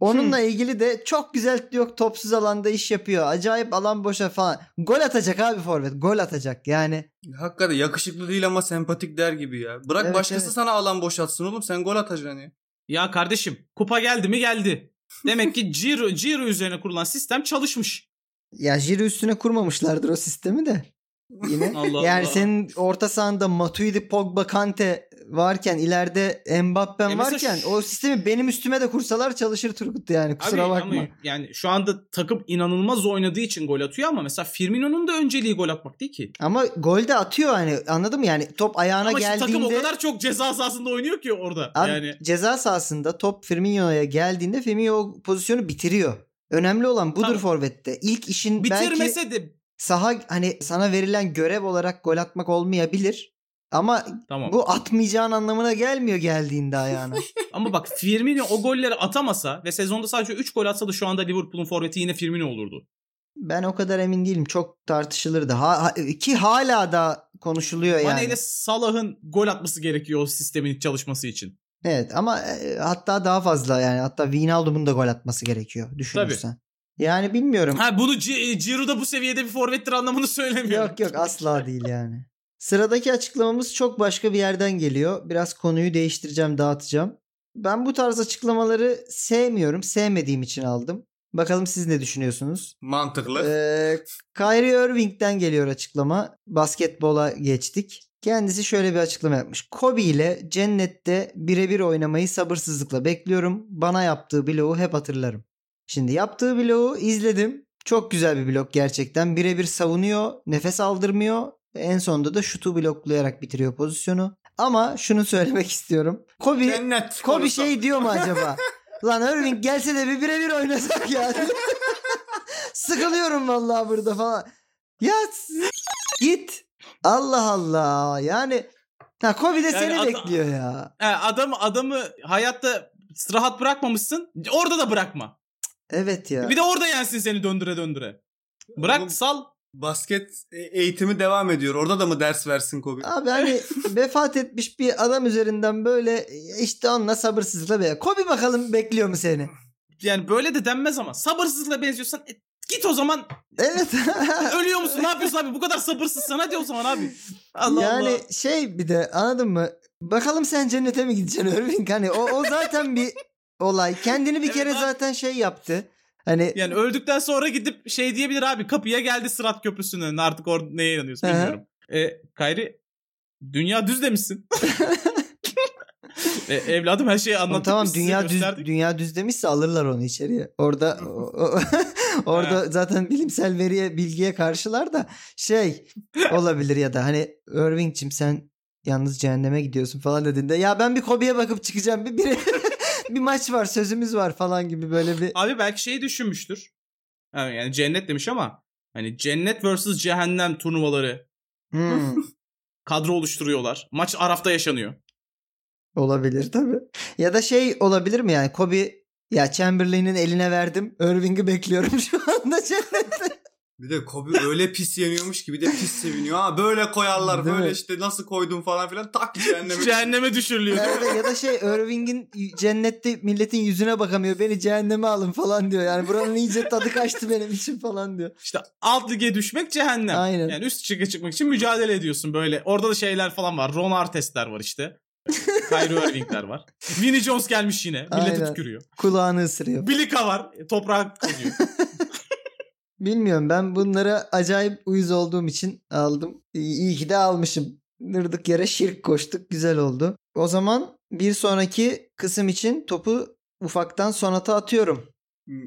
Speaker 2: Onunla
Speaker 3: Hmm.
Speaker 2: ilgili de çok güzel yok topsuz alanda iş yapıyor. Acayip alan boşa falan. Gol atacak abi forvet. Gol atacak yani.
Speaker 4: Hakikaten yakışıklı değil ama sempatik der gibi ya. Bırak
Speaker 2: Evet,
Speaker 4: başkası
Speaker 2: evet.
Speaker 4: sana alan boşaltsın oğlum sen gol atacaksın ya.
Speaker 3: Ya kardeşim kupa geldi mi geldi. Demek ki Ciro, Ciro üzerine kurulan sistem çalışmış.
Speaker 2: Ya jiri üstüne kurmamışlardır o sistemi de. Yine.
Speaker 3: Allah
Speaker 2: yani
Speaker 3: Allah.
Speaker 2: senin orta sahanda Matuidi, Pogba, Kante varken ileride Mbappen
Speaker 3: E mesela
Speaker 2: varken
Speaker 3: şu-
Speaker 2: o sistemi benim üstüme de kursalar çalışır Turgut yani kusura
Speaker 3: Abi
Speaker 2: bakma.
Speaker 3: ama yani şu anda takım inanılmaz oynadığı için gol atıyor ama mesela Firmino'nun da önceliği gol atmak değil ki.
Speaker 2: Ama gol de atıyor hani anladın mı? Yani top ayağına
Speaker 3: Ama işte
Speaker 2: geldiğinde
Speaker 3: takım o kadar çok ceza sahasında oynuyor ki orada.
Speaker 2: Abi
Speaker 3: yani
Speaker 2: ceza sahasında top Firmino'ya geldiğinde Firmino o pozisyonu bitiriyor. Önemli olan budur
Speaker 3: Tabii.
Speaker 2: forvette. İlk işin belki
Speaker 3: bitirmese de
Speaker 2: saha hani sana verilen görev olarak gol atmak olmayabilir. Ama
Speaker 3: tamam.
Speaker 2: bu atmayacağın anlamına gelmiyor geldiğinde ayağına.
Speaker 3: Ama bak Firmino o golleri atamasa ve sezonda sadece 3 gol atsa da şu anda Liverpool'un forveti yine Firmino olurdu.
Speaker 2: ben o kadar emin değilim. Çok tartışılırdı. Ha, ha- ki hala da konuşuluyor
Speaker 3: Mane
Speaker 2: yani.
Speaker 3: ile Salah'ın gol atması gerekiyor o sistemin çalışması için.
Speaker 2: Evet ama e, hatta daha fazla yani hatta Wijnaldum'un da gol atması gerekiyor düşünürsen. Yani bilmiyorum.
Speaker 3: Ha bunu C- Ciro da bu seviyede bir forvettir anlamını söylemiyorum.
Speaker 2: Yok yok asla değil yani. Sıradaki açıklamamız çok başka bir yerden geliyor. Biraz konuyu değiştireceğim, dağıtacağım. Ben bu tarz açıklamaları sevmiyorum. Sevmediğim için aldım. Bakalım siz ne düşünüyorsunuz?
Speaker 4: Mantıklı.
Speaker 2: Ee, Kyrie Irving'den geliyor açıklama. Basketbola geçtik. Kendisi şöyle bir açıklama yapmış. Kobe ile cennette birebir oynamayı sabırsızlıkla bekliyorum. Bana yaptığı bloğu hep hatırlarım. Şimdi yaptığı bloğu izledim. Çok güzel bir blok gerçekten. Birebir savunuyor, nefes aldırmıyor. En sonunda da şutu bloklayarak bitiriyor pozisyonu. Ama şunu söylemek istiyorum. Kobe
Speaker 4: Cennet.
Speaker 2: Kobe
Speaker 4: orası.
Speaker 2: şey diyor mu acaba? Lan Irving gelse de bir birebir oynasak ya. Sıkılıyorum vallahi burada falan. Ya s- git. Allah Allah. Yani ha Kobe de
Speaker 3: Yani
Speaker 2: seni
Speaker 3: adam-
Speaker 2: bekliyor ya.
Speaker 3: Ha, adamı adamı hayatta rahat bırakmamışsın. Orada da bırakma.
Speaker 2: Evet ya.
Speaker 3: Bir de orada yensin seni döndüre döndüre. Bırak
Speaker 4: Oğlum-
Speaker 3: sal.
Speaker 4: Basket e- eğitimi devam ediyor. Orada da mı ders versin Kobe?
Speaker 2: Abi hani vefat etmiş bir adam üzerinden böyle işte onunla sabırsızlıkla be. Kobe bakalım bekliyor mu seni?
Speaker 3: yani böyle de denmez ama sabırsızlıkla benziyorsan e, git o zaman
Speaker 2: Evet.
Speaker 3: ölüyor musun ne yapıyorsun abi bu kadar sabırsızsan hadi o zaman abi. Allah
Speaker 2: yani
Speaker 3: Allah.
Speaker 2: şey bir de anladın mı? Bakalım sen cennete mi gideceksin Irving? Hani o, o zaten bir olay. Kendini bir
Speaker 3: Evet
Speaker 2: kere
Speaker 3: abi.
Speaker 2: zaten şey yaptı. Hani
Speaker 3: Yani öldükten sonra gidip şey diyebilir abi kapıya geldi Sırat Köprüsü'nün önüne artık orada neye inanıyorsun
Speaker 2: Hı hı.
Speaker 3: bilmiyorum. E, Kayri dünya düz demişsin. e, evladım her şeyi
Speaker 2: Oğlum
Speaker 3: anlattık.
Speaker 2: tamam
Speaker 3: biz size
Speaker 2: dünya düz
Speaker 3: gösterdik.
Speaker 2: dünya düz demişse alırlar onu içeriye. Orada o- o- orada zaten bilimsel veriye bilgiye karşılar da şey olabilir ya da hani Irving'cim sen yalnız cehenneme gidiyorsun falan dediğinde ya ben bir Kobe'ye bakıp çıkacağım bir bir, bir maç var sözümüz var falan gibi böyle bir
Speaker 3: Abi belki şeyi düşünmüştür. Yani, yani cennet demiş ama hani cennet vs cehennem turnuvaları
Speaker 2: Hmm,
Speaker 3: kadro oluşturuyorlar. Maç Araf'ta yaşanıyor.
Speaker 2: olabilir tabii. Ya da şey olabilir mi yani Kobe ya Chamberlain'in eline verdim. Irving'i bekliyorum şu anda cennette.
Speaker 4: Bir de Kobe öyle pis yemiyormuş ki bir de pis seviniyor. Ha böyle koyarlar
Speaker 2: Değil
Speaker 4: böyle
Speaker 2: mi?
Speaker 4: işte nasıl koydun falan filan tak cehenneme.
Speaker 3: Cehenneme düşürülüyor.
Speaker 2: Evet, ya da şey Irving'in cennette milletin yüzüne bakamıyor. Beni cehenneme alın falan diyor. Yani buranın iyice tadı kaçtı benim için falan diyor.
Speaker 3: İşte alt lige düşmek cehennem.
Speaker 2: Aynen.
Speaker 3: Yani üst lige çıkmak için mücadele ediyorsun böyle. Orada da şeyler falan var. Ron Artest'ler var işte. Kyrie Irving'ler var. Vinnie Jones gelmiş yine. Millete
Speaker 2: Aynen.
Speaker 3: tükürüyor.
Speaker 2: Kulağını ısırıyor.
Speaker 3: Bilika var. Toprağa koyuyor.
Speaker 2: Bilmiyorum ben bunlara acayip uyuz olduğum için aldım. İyi iyi ki de almışım. Nırdık yere şirk koştuk. Güzel oldu. O zaman bir sonraki kısım için topu ufaktan sonata atıyorum.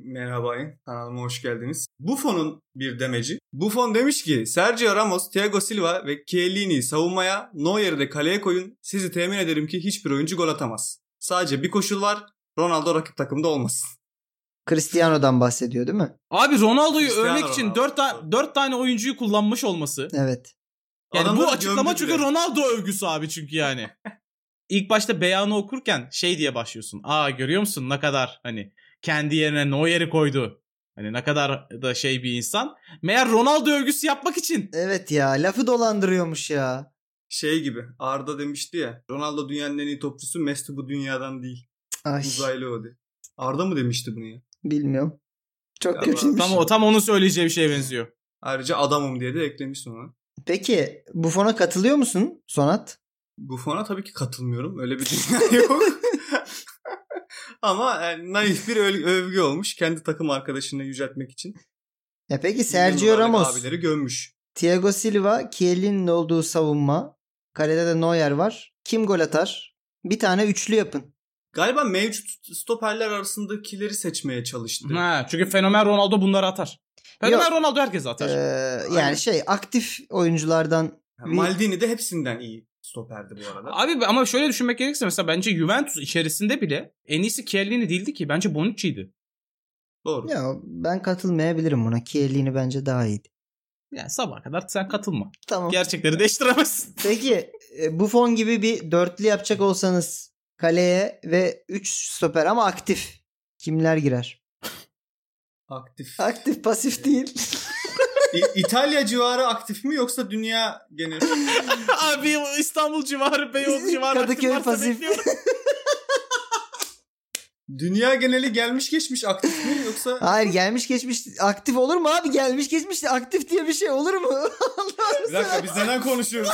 Speaker 4: Merhaba kanalıma hoş geldiniz. Buffon'un bir demeci. Buffon demiş ki Sergio Ramos, Thiago Silva ve Chiellini savunmaya Neuer'i de kaleye koyun. Sizi temin ederim ki hiçbir oyuncu gol atamaz. Sadece bir koşul var. Ronaldo rakip takımda olmasın.
Speaker 2: Cristiano'dan bahsediyor değil mi?
Speaker 3: Abi Ronaldo'yu
Speaker 4: Cristiano
Speaker 3: övmek için
Speaker 4: Ronaldo.
Speaker 3: 4, ta- dört tane oyuncuyu kullanmış olması.
Speaker 2: Evet.
Speaker 3: Yani
Speaker 4: Adamları
Speaker 3: bu açıklama
Speaker 4: gömdü
Speaker 3: çünkü
Speaker 4: bile.
Speaker 3: Ronaldo övgüsü abi çünkü yani. İlk başta beyanı okurken şey diye başlıyorsun. Aa görüyor musun ne kadar hani kendi yerine Neuer'i koydu. Hani ne kadar da şey bir insan. Meğer Ronaldo övgüsü yapmak için.
Speaker 2: Evet ya lafı dolandırıyormuş ya.
Speaker 4: Şey gibi Arda demişti ya Ronaldo dünyanın en iyi topçusu Messi bu dünyadan değil.
Speaker 2: Ay
Speaker 4: Uzaylı o diye. Arda mı demişti bunu ya?
Speaker 2: bilmiyorum.
Speaker 4: Ya
Speaker 2: Çok
Speaker 4: bak,
Speaker 2: kötüymüş.
Speaker 3: Tam o tam onun söyleyeceği bir şeye benziyor.
Speaker 4: Ayrıca adamım diye de eklemiş ona.
Speaker 2: Peki Buffon'a katılıyor musun Sonat?
Speaker 4: Buffon'a tabii ki katılmıyorum. Öyle bir dünya yok. Ama yani naif bir öl- övgü olmuş. Kendi takım arkadaşını yüceltmek için.
Speaker 2: Ya peki E, Sergio
Speaker 4: Yıllardaki
Speaker 2: Ramos,
Speaker 4: Abileri gömmüş.
Speaker 2: Thiago Silva, Kielin'in olduğu savunma. Kalede de Neuer var. Kim gol atar? Bir tane üçlü yapın.
Speaker 4: Galiba mevcut stoperler arasındakileri seçmeye çalıştı.
Speaker 3: Ha, çünkü fenomen Ronaldo bunları atar. Fenomen
Speaker 2: Yok.
Speaker 3: Ronaldo herkes atar.
Speaker 2: Ee,
Speaker 4: Aynen.
Speaker 2: yani şey aktif oyunculardan
Speaker 4: Yani Maldini de hepsinden iyi stoperdi bu arada.
Speaker 3: Abi ama şöyle düşünmek gerekirse mesela bence Juventus içerisinde bile en iyisi Chiellini değildi ki. Bence Bonucci'ydi.
Speaker 4: Doğru.
Speaker 2: ya ben katılmayabilirim buna. Kielin'i bence daha iyiydi.
Speaker 3: Yani sabaha kadar sen katılma.
Speaker 2: Tamam.
Speaker 3: Gerçekleri değiştiremezsin.
Speaker 2: Peki e, Buffon gibi bir dörtlü yapacak olsanız kaleye ve 3 stoper ama aktif. Kimler girer?
Speaker 4: Aktif.
Speaker 2: Aktif pasif değil.
Speaker 4: İ- İtalya civarı aktif mi yoksa dünya genel?
Speaker 3: Abi İstanbul civarı, Beyoğlu civarı.
Speaker 2: Kadıköy
Speaker 3: varsa
Speaker 2: pasif.
Speaker 3: bekliyorum.
Speaker 4: dünya geneli gelmiş geçmiş aktif mi yoksa
Speaker 2: Hayır gelmiş geçmiş aktif olur mu abi? Gelmiş geçmiş de aktif diye bir şey olur mu? Allah'ım
Speaker 4: bir dakika biz neden konuşuyoruz?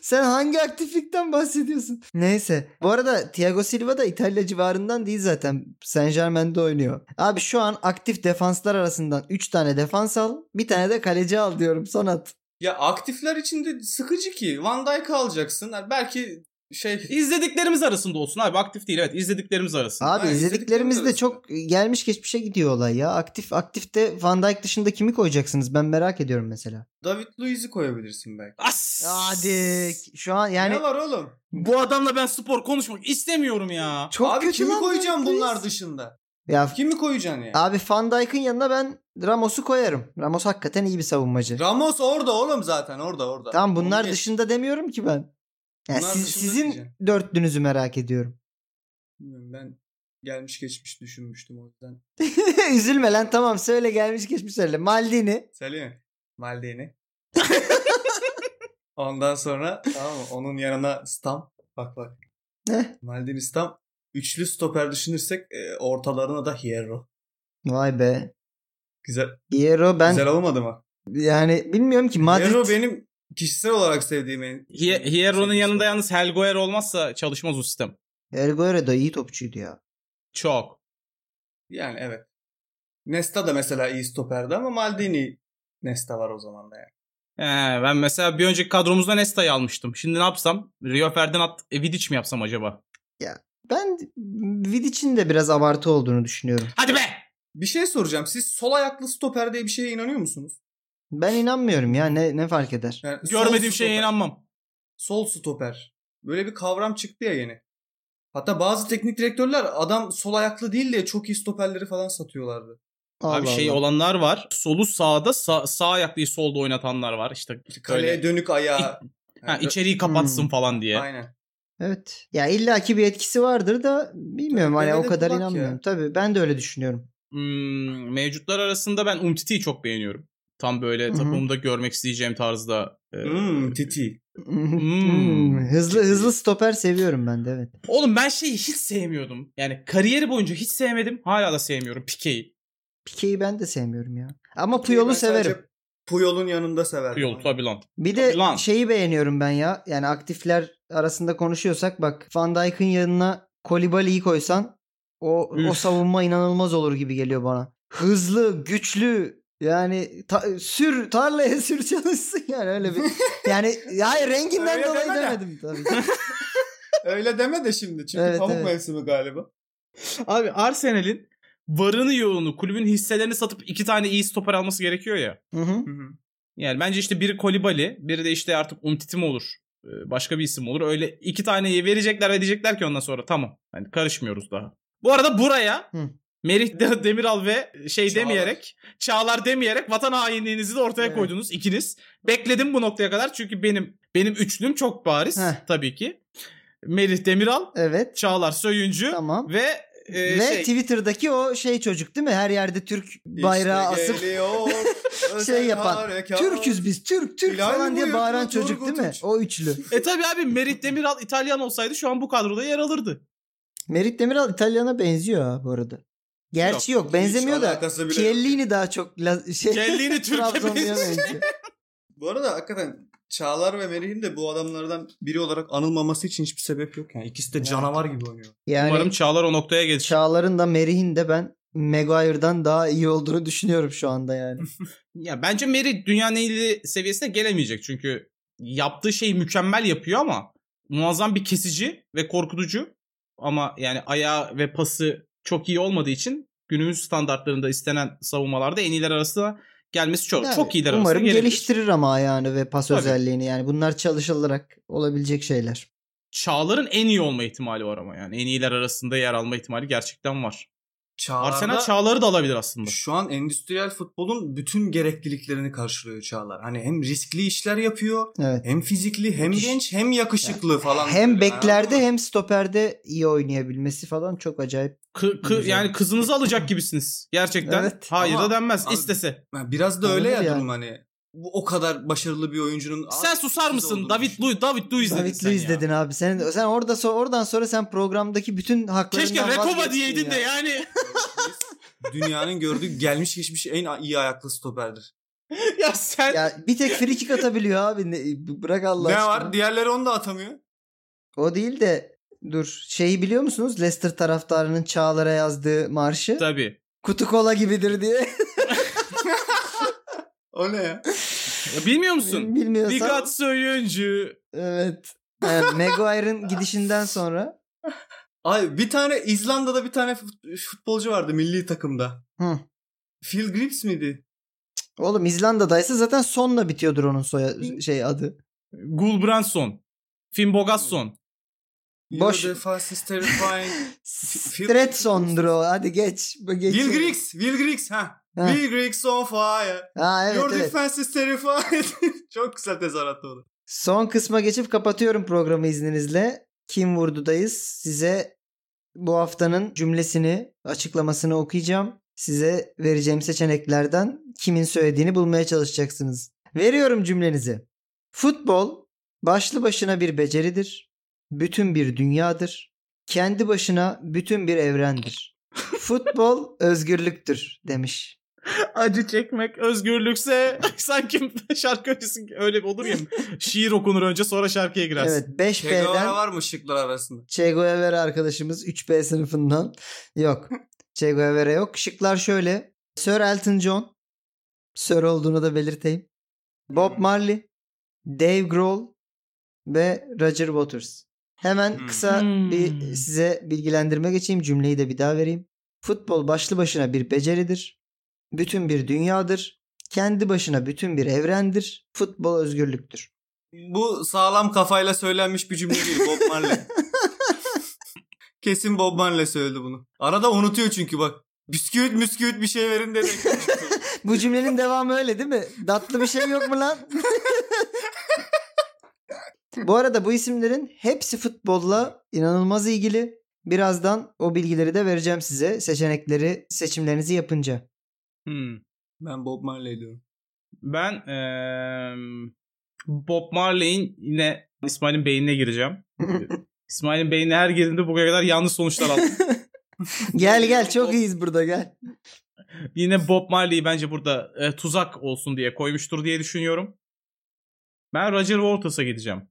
Speaker 2: sen hangi aktiflikten bahsediyorsun? Neyse. Bu arada Thiago Silva da İtalya civarından değil zaten. Saint Germain'de oynuyor. Abi şu an aktif defanslar arasından 3 tane defans al. Bir tane de kaleci al diyorum Sonat.
Speaker 4: ya aktifler içinde sıkıcı ki. Van Dijk alacaksın. Yani belki şey
Speaker 3: İzlediklerimiz arasında olsun abi. Aktif değil evet. izlediklerimiz arasında.
Speaker 2: Abi
Speaker 4: Ha,
Speaker 2: izlediklerimiz de
Speaker 4: izlediklerimiz
Speaker 2: çok gelmiş geçmişe gidiyor olay ya. Aktif aktifte Van Dijk dışında kimi koyacaksınız? Ben merak ediyorum mesela.
Speaker 4: David Luiz'i koyabilirsin belki.
Speaker 3: As.
Speaker 2: Hadi şu an yani
Speaker 4: ne var oğlum?
Speaker 3: Bu adamla ben spor konuşmak istemiyorum ya.
Speaker 2: çok
Speaker 4: Abi
Speaker 2: kötü
Speaker 4: kimi
Speaker 2: lan
Speaker 4: koyacaksın
Speaker 2: David Luiz.
Speaker 4: bunlar dışında?
Speaker 2: Ya
Speaker 4: Kimi koyacaksın ya?
Speaker 2: Abi Van Dijk'ın yanına ben Ramos'u koyarım. Ramos hakikaten iyi bir savunmacı.
Speaker 4: Ramos orada oğlum zaten orada orada.
Speaker 2: tamam
Speaker 4: Onu
Speaker 2: bunlar
Speaker 4: geç.
Speaker 2: dışında demiyorum ki ben. Yani
Speaker 4: Bunlar
Speaker 2: siz-
Speaker 4: dışında
Speaker 2: sizin
Speaker 4: diyeceğim.
Speaker 2: dörtlünüzü merak ediyorum.
Speaker 4: Bilmiyorum, Ben gelmiş geçmiş düşünmüştüm o yüzden.
Speaker 2: Üzülme lan tamam söyle gelmiş geçmiş söyle. Maldini.
Speaker 4: Selim Maldini. Ondan sonra tamam mı? Onun yanına Stam. Bak bak.
Speaker 2: Ne?
Speaker 4: Maldini Stam. Üçlü stoper düşünürsek e, ortalarına da Hierro.
Speaker 2: Vay be.
Speaker 4: Güzel
Speaker 2: Hierro ben
Speaker 4: güzel olmadı mı?
Speaker 2: yani bilmiyorum ki Madrid
Speaker 4: Hierro benim kişisel olarak sevdiğim en...
Speaker 3: Hie- Hierro'nun yanında yalnız Helgoer olmazsa çalışmaz o sistem.
Speaker 2: Erguero da iyi topçuydu ya.
Speaker 3: Çok.
Speaker 4: Yani evet. Nesta da mesela iyi stoperdi ama Maldini Nesta var o zaman da yani.
Speaker 3: Ee, ben mesela bir önceki kadromuzda Nesta'yı almıştım. Şimdi ne yapsam? Rio Ferdinand e, Vidic mi yapsam acaba?
Speaker 2: Ben Vidic'in de biraz abartı olduğunu düşünüyorum.
Speaker 3: Hadi be!
Speaker 4: Bir şey soracağım. Siz sol ayaklı stoper diye bir şeye inanıyor musunuz?
Speaker 2: Ben inanmıyorum ya ne ne fark eder?
Speaker 4: Yani sol
Speaker 3: Görmediğim şeye
Speaker 4: stoper.
Speaker 3: inanmam.
Speaker 4: Sol stoper. Böyle bir kavram çıktı ya yeni. Hatta bazı teknik direktörler adam sol ayaklı değil de çok iyi stoperleri falan satıyorlardı.
Speaker 2: Allah
Speaker 3: Abi şey
Speaker 2: Allah.
Speaker 3: olanlar var. Solu sağda, sağ, sağ ayaklıyı solda oynatanlar var. İşte
Speaker 4: Kaleye
Speaker 3: Öyle.
Speaker 4: dönük ayağı.
Speaker 3: ha,
Speaker 4: Yani
Speaker 3: içeriği kapatsın
Speaker 2: Hmm.
Speaker 3: falan diye.
Speaker 4: Aynen.
Speaker 2: Evet. Ya illaki bir etkisi vardır da bilmiyorum
Speaker 4: Tabii,
Speaker 2: hani o
Speaker 4: deve de
Speaker 2: kadar
Speaker 4: kulak ya.
Speaker 2: inanmıyorum. Tabii ben de öyle düşünüyorum.
Speaker 3: Hmm, mevcutlar arasında ben Umtiti'yi çok beğeniyorum. Tam böyle
Speaker 2: Hı hı.
Speaker 3: takımımda görmek isteyeceğim tarzda. e,
Speaker 4: Hmm, titi.
Speaker 2: Hmm, Hızlı hızlı stoper seviyorum ben de evet.
Speaker 3: Oğlum ben şeyi hiç sevmiyordum. Yani kariyeri boyunca hiç sevmedim. Hala da sevmiyorum Pique'yi.
Speaker 2: Pique'yi ben de sevmiyorum ya. Ama Puyol'u
Speaker 4: Ben
Speaker 2: severim.
Speaker 4: sadece Puyol'un yanında severim.
Speaker 3: Yol tabii lan.
Speaker 2: Bir de
Speaker 3: Lan.
Speaker 2: şeyi beğeniyorum ben ya. Yani aktifler arasında konuşuyorsak bak Van Dijk'ın yanına Kolibali'yi koysan o o
Speaker 3: Üf.
Speaker 2: savunma inanılmaz olur gibi geliyor bana. Hızlı, güçlü yani ta- sür tarlaya sür çalışsın yani öyle bir. Yani hayır renginden
Speaker 4: Öyle
Speaker 2: dolayı
Speaker 4: deme de.
Speaker 2: demedim tabii.
Speaker 4: Öyle deme de şimdi. Çünkü
Speaker 2: Evet,
Speaker 4: pamuk
Speaker 2: evet.
Speaker 4: mevsimi galiba.
Speaker 3: Abi Arsenal'in varını yoğunu kulübün hisselerini satıp iki tane iyi stoper alması gerekiyor ya.
Speaker 2: Hı hı.
Speaker 3: Yani bence işte biri Kolibali, biri de işte artık Umtiti mi olur? e, Başka bir isim olur. Öyle iki taneyi verecekler ve diyecekler ki ondan sonra tamam. Hani karışmıyoruz daha. Bu arada buraya
Speaker 2: Hı.
Speaker 3: Merih De- Demiral ve şey
Speaker 4: Çağlar.
Speaker 3: demeyerek, Çağlar demeyerek vatan hainliğinizi de ortaya
Speaker 2: Evet.
Speaker 3: koydunuz ikiniz. Bekledim bu noktaya kadar çünkü benim benim üçlüm çok bariz
Speaker 2: Heh.
Speaker 3: tabii ki. Merih Demiral,
Speaker 2: Evet.
Speaker 3: Çağlar Söyüncü
Speaker 2: Tamam.
Speaker 3: ve e,
Speaker 2: Ve
Speaker 3: şey,
Speaker 2: Twitter'daki o şey çocuk değil mi? Her yerde Türk bayrağı
Speaker 4: İşte
Speaker 2: asıp
Speaker 4: geliyor, özel
Speaker 2: şey yapan,
Speaker 4: harekat.
Speaker 2: Türküz biz Türk Türk
Speaker 4: Hilal
Speaker 2: falan
Speaker 4: mi
Speaker 2: diye
Speaker 4: bu
Speaker 2: bağıran
Speaker 4: yoksa
Speaker 2: çocuk değil mi?
Speaker 4: Turgut Uç?
Speaker 2: O üçlü.
Speaker 3: E tabii abi Merih Demiral İtalyan olsaydı şu an bu kadroda yer alırdı.
Speaker 2: Merit Demiral İtalyan'a benziyor ha bu arada. Gerçi yok, benzemiyor
Speaker 4: Hiç
Speaker 2: da
Speaker 4: alakası bile yok.
Speaker 2: Chiellini daha çok la- şey
Speaker 3: Kellini Türk'e
Speaker 2: Trabzonlu'ya
Speaker 3: benziyor.
Speaker 2: benziyor.
Speaker 4: Bu arada hakikaten Çağlar ve Merih'in de bu adamlardan biri olarak anılmaması için hiçbir sebep yok. Yani ikisi de
Speaker 2: Evet.
Speaker 4: canavar gibi oynuyor.
Speaker 2: Yani
Speaker 3: Umarım Çağlar o noktaya gelir.
Speaker 2: Çağlar'ın da Merih'in de ben Maguire'dan daha iyi olduğunu düşünüyorum şu anda yani.
Speaker 3: Ya bence Meri dünyanın en iyi seviyesine gelemeyecek çünkü yaptığı şeyi mükemmel yapıyor ama muazzam bir kesici ve korkutucu ama yani ayağı ve pası çok iyi olmadığı için günümüz standartlarında istenen savunmalarda en iyiler arasında gelmesi çok
Speaker 2: Yani
Speaker 3: çok iyiler
Speaker 2: Umarım
Speaker 3: arasında gelebilir.
Speaker 2: geliştirir ama ayağını ve pas
Speaker 3: Tabii.
Speaker 2: özelliğini yani bunlar çalışılarak olabilecek şeyler.
Speaker 3: Çağlar'ın en iyi olma ihtimali var ama yani en iyiler arasında yer alma ihtimali gerçekten var.
Speaker 4: Çağlar'da
Speaker 3: Arsenal Çağlar'ı da alabilir aslında.
Speaker 4: şu an endüstriyel futbolun bütün gerekliliklerini karşılıyor Çağlar. Hani hem riskli işler yapıyor,
Speaker 2: Evet.
Speaker 4: hem fizikli, hem
Speaker 2: Müthiş.
Speaker 4: genç, hem yakışıklı falan.
Speaker 2: Hem
Speaker 4: böyle.
Speaker 2: beklerde
Speaker 4: Anladın mı?
Speaker 2: hem stoperde iyi oynayabilmesi falan çok acayip.
Speaker 3: Kı- kı- yani kızınızı alacak gibisiniz gerçekten.
Speaker 2: Evet.
Speaker 3: Hayır
Speaker 4: Ama-
Speaker 3: da denmez
Speaker 4: Abi-
Speaker 3: istese.
Speaker 4: Yani biraz da öyle
Speaker 2: Olabilir
Speaker 4: ya
Speaker 2: yani.
Speaker 4: durum hani. Bu o kadar başarılı bir oyuncunun
Speaker 3: Sen susar mısın?
Speaker 4: olduğunu
Speaker 3: David
Speaker 4: düşün.
Speaker 3: Luiz, David Luiz dedin
Speaker 2: David
Speaker 3: sen
Speaker 2: Luiz
Speaker 3: ya.
Speaker 2: dedin abi. Sen sen orada so- oradan sonra sen programdaki bütün haklarından
Speaker 3: Keşke Rekoba
Speaker 2: vazgeçtin
Speaker 3: diyeydin
Speaker 2: ya.
Speaker 3: de yani.
Speaker 4: Biz Dünyanın gördüğü gelmiş geçmiş en iyi ayaklı stoperdir.
Speaker 3: ya sen
Speaker 2: Ya bir tek free kick atabiliyor abi. Ne, bırak Allah
Speaker 4: ne
Speaker 2: aşkına.
Speaker 4: var? Diğerleri onu da atamıyor.
Speaker 2: O değil de dur şeyi biliyor musunuz? Leicester taraftarının Çağlar'a yazdığı marşı.
Speaker 3: tabii.
Speaker 2: Kutu kola gibidir diye.
Speaker 4: O ne ya?
Speaker 3: Ya bilmiyor musun?
Speaker 2: Bilmiyorsan.
Speaker 3: Dikkat söyüncü.
Speaker 2: Evet. Yani Maguire'ın gidişinden sonra.
Speaker 4: Ay bir tane İzlanda'da bir tane fut- futbolcu vardı milli takımda.
Speaker 2: Hı.
Speaker 4: Phil Grips miydi?
Speaker 2: Oğlum İzlanda'daysa zaten sonla bitiyordur onun soya şey adı.
Speaker 3: Gulbranson. Finn Bogasson.
Speaker 2: Boş.
Speaker 4: Your defense is terrifying. Phil-
Speaker 2: Stretson'dur o. Hadi geç. geç.
Speaker 4: Will Griggs. Will Griggs. Ha.
Speaker 2: Ha.
Speaker 4: Will Griggs on fire.
Speaker 2: Ha evet
Speaker 4: Your
Speaker 2: evet.
Speaker 4: defense is terrifying. Çok güzel tezahürat oldu.
Speaker 2: Son kısma geçip kapatıyorum programı izninizle. Kim vurdudayız? Size bu haftanın cümlesini, açıklamasını okuyacağım. Size vereceğim seçeneklerden kimin söylediğini bulmaya çalışacaksınız. Veriyorum cümlenizi. Futbol başlı başına bir beceridir. Bütün bir dünyadır. kendi başına bütün bir evrendir. Futbol özgürlüktür demiş.
Speaker 3: Acı çekmek özgürlükse sanki şarkı öncesi öyle olur ya. Şiir okunur önce sonra şarkıya girersin.
Speaker 2: Evet 5B'den
Speaker 4: Kegavara var mı şıklar arasında?
Speaker 2: Che Guevara arkadaşımız 3B sınıfından. Yok. Che Guevara yok. Şıklar şöyle. Sir Elton John. Sir olduğunu da belirteyim. Bob Marley. Dave Grohl ve Roger Waters. Hemen
Speaker 4: Hmm.
Speaker 2: kısa
Speaker 3: Hmm.
Speaker 2: bir size bilgilendirme geçeyim. Cümleyi de bir daha vereyim. Futbol başlı başına bir beceridir. Bütün bir dünyadır. Kendi başına bütün bir evrendir. Futbol özgürlüktür.
Speaker 4: Bu sağlam kafayla söylenmiş bir cümle değil Bob Marley. Kesin Bob Marley söyledi bunu. Arada unutuyor çünkü bak. Bisküvit müsküvit bir şey verin dedi.
Speaker 2: Bu cümlenin devamı öyle değil mi? Tatlı bir şey yok mu lan? bu arada bu isimlerin hepsi futbolla inanılmaz ilgili. Birazdan o bilgileri de vereceğim size seçenekleri seçimlerinizi yapınca.
Speaker 3: Hmm.
Speaker 4: ben Bob Marley diyorum.
Speaker 3: Ben eee, Bob Marley'in yine İsmail'in beynine gireceğim. İsmail'in beynine her girdiğimde bugüne kadar yanlış sonuçlar aldım.
Speaker 2: Gel gel çok iyiyiz burada gel.
Speaker 3: yine Bob Marley'i bence burada e, tuzak olsun diye koymuştur diye düşünüyorum. Ben Roger Waters'a gideceğim.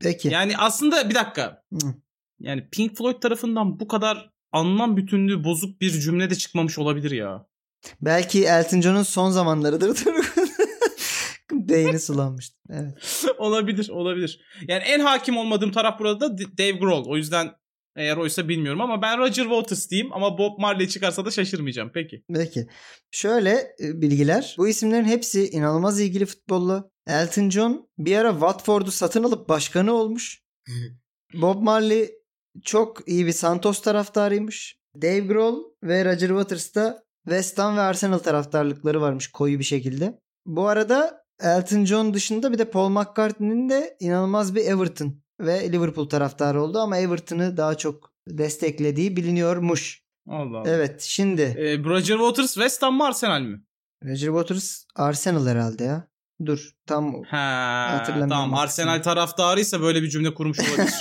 Speaker 2: Peki.
Speaker 3: Yani aslında bir dakika.
Speaker 2: Hı.
Speaker 3: Yani Pink Floyd tarafından bu kadar anlam bütünlüğü bozuk bir cümle de çıkmamış olabilir ya.
Speaker 2: Belki Elton John'un son zamanlarıdır. Beyni sulanmıştı. Evet.
Speaker 3: olabilir, olabilir. Yani en hakim olmadığım taraf burada da D- Dave Grohl. O yüzden eğer oysa bilmiyorum ama ben Roger Waters diyeyim ama Bob Marley çıkarsa da şaşırmayacağım. Peki.
Speaker 2: Peki. Şöyle e, bilgiler. Bu isimlerin hepsi inanılmaz ilgili futbolla. Elton John bir ara Watford'u satın alıp başkanı olmuş. Bob Marley çok iyi bir Santos taraftarıymış. Dave Grohl ve Roger Waters da West Ham ve Arsenal taraftarlıkları varmış koyu bir şekilde. Bu arada Elton John dışında bir de Paul McCartney'nin de inanılmaz bir Everton ve Liverpool taraftarı oldu ama Everton'ı daha çok desteklediği biliniyormuş.
Speaker 3: Allah Allah.
Speaker 2: Evet şimdi
Speaker 3: Ee, Roger Waters West Ham mı Arsenal mi?
Speaker 2: Roger Waters Arsenal herhalde ya. Dur tam o.
Speaker 3: Ha,
Speaker 2: Hatırlamıyorum
Speaker 3: tamam
Speaker 2: aslında.
Speaker 3: Arsenal taraftarıysa böyle bir cümle kurmuş olabilir.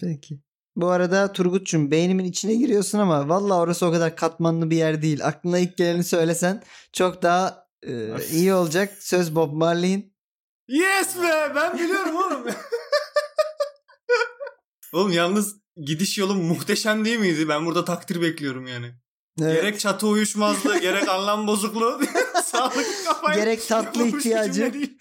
Speaker 2: Peki. Bu arada Turgut'cum beynimin içine giriyorsun ama valla orası o kadar katmanlı bir yer değil. Aklına ilk geleni söylesen çok daha e,
Speaker 3: Of.
Speaker 2: iyi olacak. Söz Bob Marley'in.
Speaker 4: Yes be ben biliyorum oğlum. oğlum yalnız gidiş yolum muhteşem değil miydi? Ben burada takdir bekliyorum yani.
Speaker 2: Evet.
Speaker 4: Gerek çatı uyuşmazlığı, gerek anlam bozukluğu, sağlıklı kafayla.
Speaker 2: Gerek tatlı
Speaker 4: yapılmış bir cümle
Speaker 2: ihtiyacı.
Speaker 4: değil.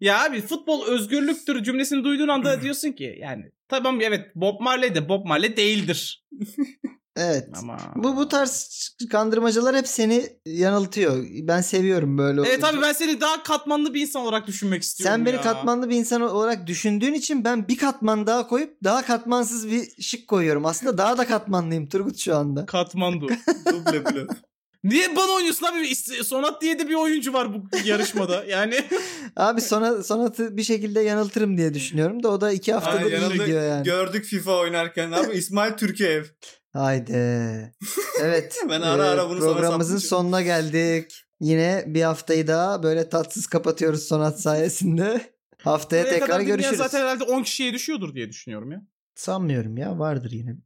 Speaker 3: Ya abi futbol özgürlüktür cümlesini duyduğun anda diyorsun ki yani tamam evet Bob Marley de Bob Marley değildir.
Speaker 2: Evet.
Speaker 3: Ama
Speaker 2: Bu bu tarz kandırmacalar hep seni yanıltıyor. Ben seviyorum böyle.
Speaker 3: Evet
Speaker 2: olunca.
Speaker 3: abi ben seni daha katmanlı bir insan olarak düşünmek istiyorum
Speaker 2: Sen beni
Speaker 3: ya.
Speaker 2: katmanlı bir insan olarak düşündüğün için ben bir katman daha koyup daha katmansız bir şık koyuyorum. Aslında daha da katmanlıyım Turgut şu anda.
Speaker 3: Katmandu.
Speaker 4: Duble blö.
Speaker 3: Niye bana oynuyorsun abi? İs- Sonat diye de bir oyuncu var bu yarışmada. Yani
Speaker 2: Abi sona, sonatı bir şekilde yanıltırım diye düşünüyorum da o da iki haftada
Speaker 4: Ay,
Speaker 2: bir
Speaker 4: yanıldı.
Speaker 2: gidiyor yani.
Speaker 4: Gördük FIFA oynarken abi İsmail Türkiyev.
Speaker 2: Haydi. Evet. e,
Speaker 4: Ben ara ara bunu sana
Speaker 2: Programımızın
Speaker 4: saplayacağım.
Speaker 2: sonuna geldik. Yine bir haftayı daha böyle tatsız kapatıyoruz sonat sayesinde. Haftaya
Speaker 3: buraya kadar
Speaker 2: tekrar
Speaker 3: dinleyen
Speaker 2: görüşürüz.
Speaker 3: zaten herhalde 10 kişiye düşüyordur diye düşünüyorum ya.
Speaker 2: Sanmıyorum ya vardır yine.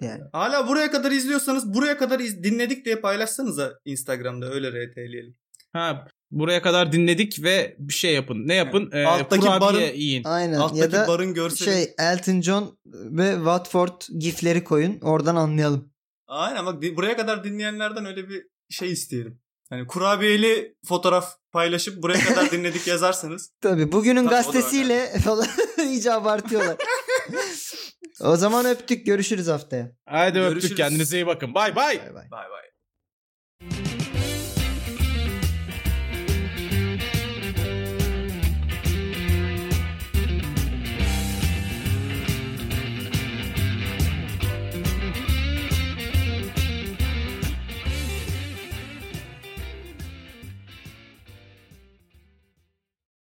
Speaker 2: Yani.
Speaker 4: Hala buraya kadar izliyorsanız buraya kadar iz- dinledik diye paylaşsanıza Instagram'da öyle RT'leyelim.
Speaker 3: Ha buraya kadar dinledik ve bir şey yapın. Ne yapın? Ee,
Speaker 4: Alttaki
Speaker 3: kurabiye
Speaker 4: barın-
Speaker 3: yiyin.
Speaker 2: Aynen. ya
Speaker 4: Alttaki
Speaker 2: da
Speaker 4: barın görseli.
Speaker 2: şey Elton John ve Watford gifleri koyun. Oradan anlayalım.
Speaker 4: Aynen bak di- buraya kadar dinleyenlerden öyle bir şey isteyelim. Hani kurabiyeli fotoğraf paylaşıp buraya kadar dinledik yazarsanız.
Speaker 2: Tabii bugünün
Speaker 4: Tabii, o da var
Speaker 2: gazetesiyle falan iyice abartıyorlar. o zaman öptük. Görüşürüz haftaya.
Speaker 3: Haydi öptük
Speaker 4: Görüşürüz.
Speaker 3: kendinize iyi bakın. Bay bay.
Speaker 2: Bay bay.
Speaker 4: Bay bay.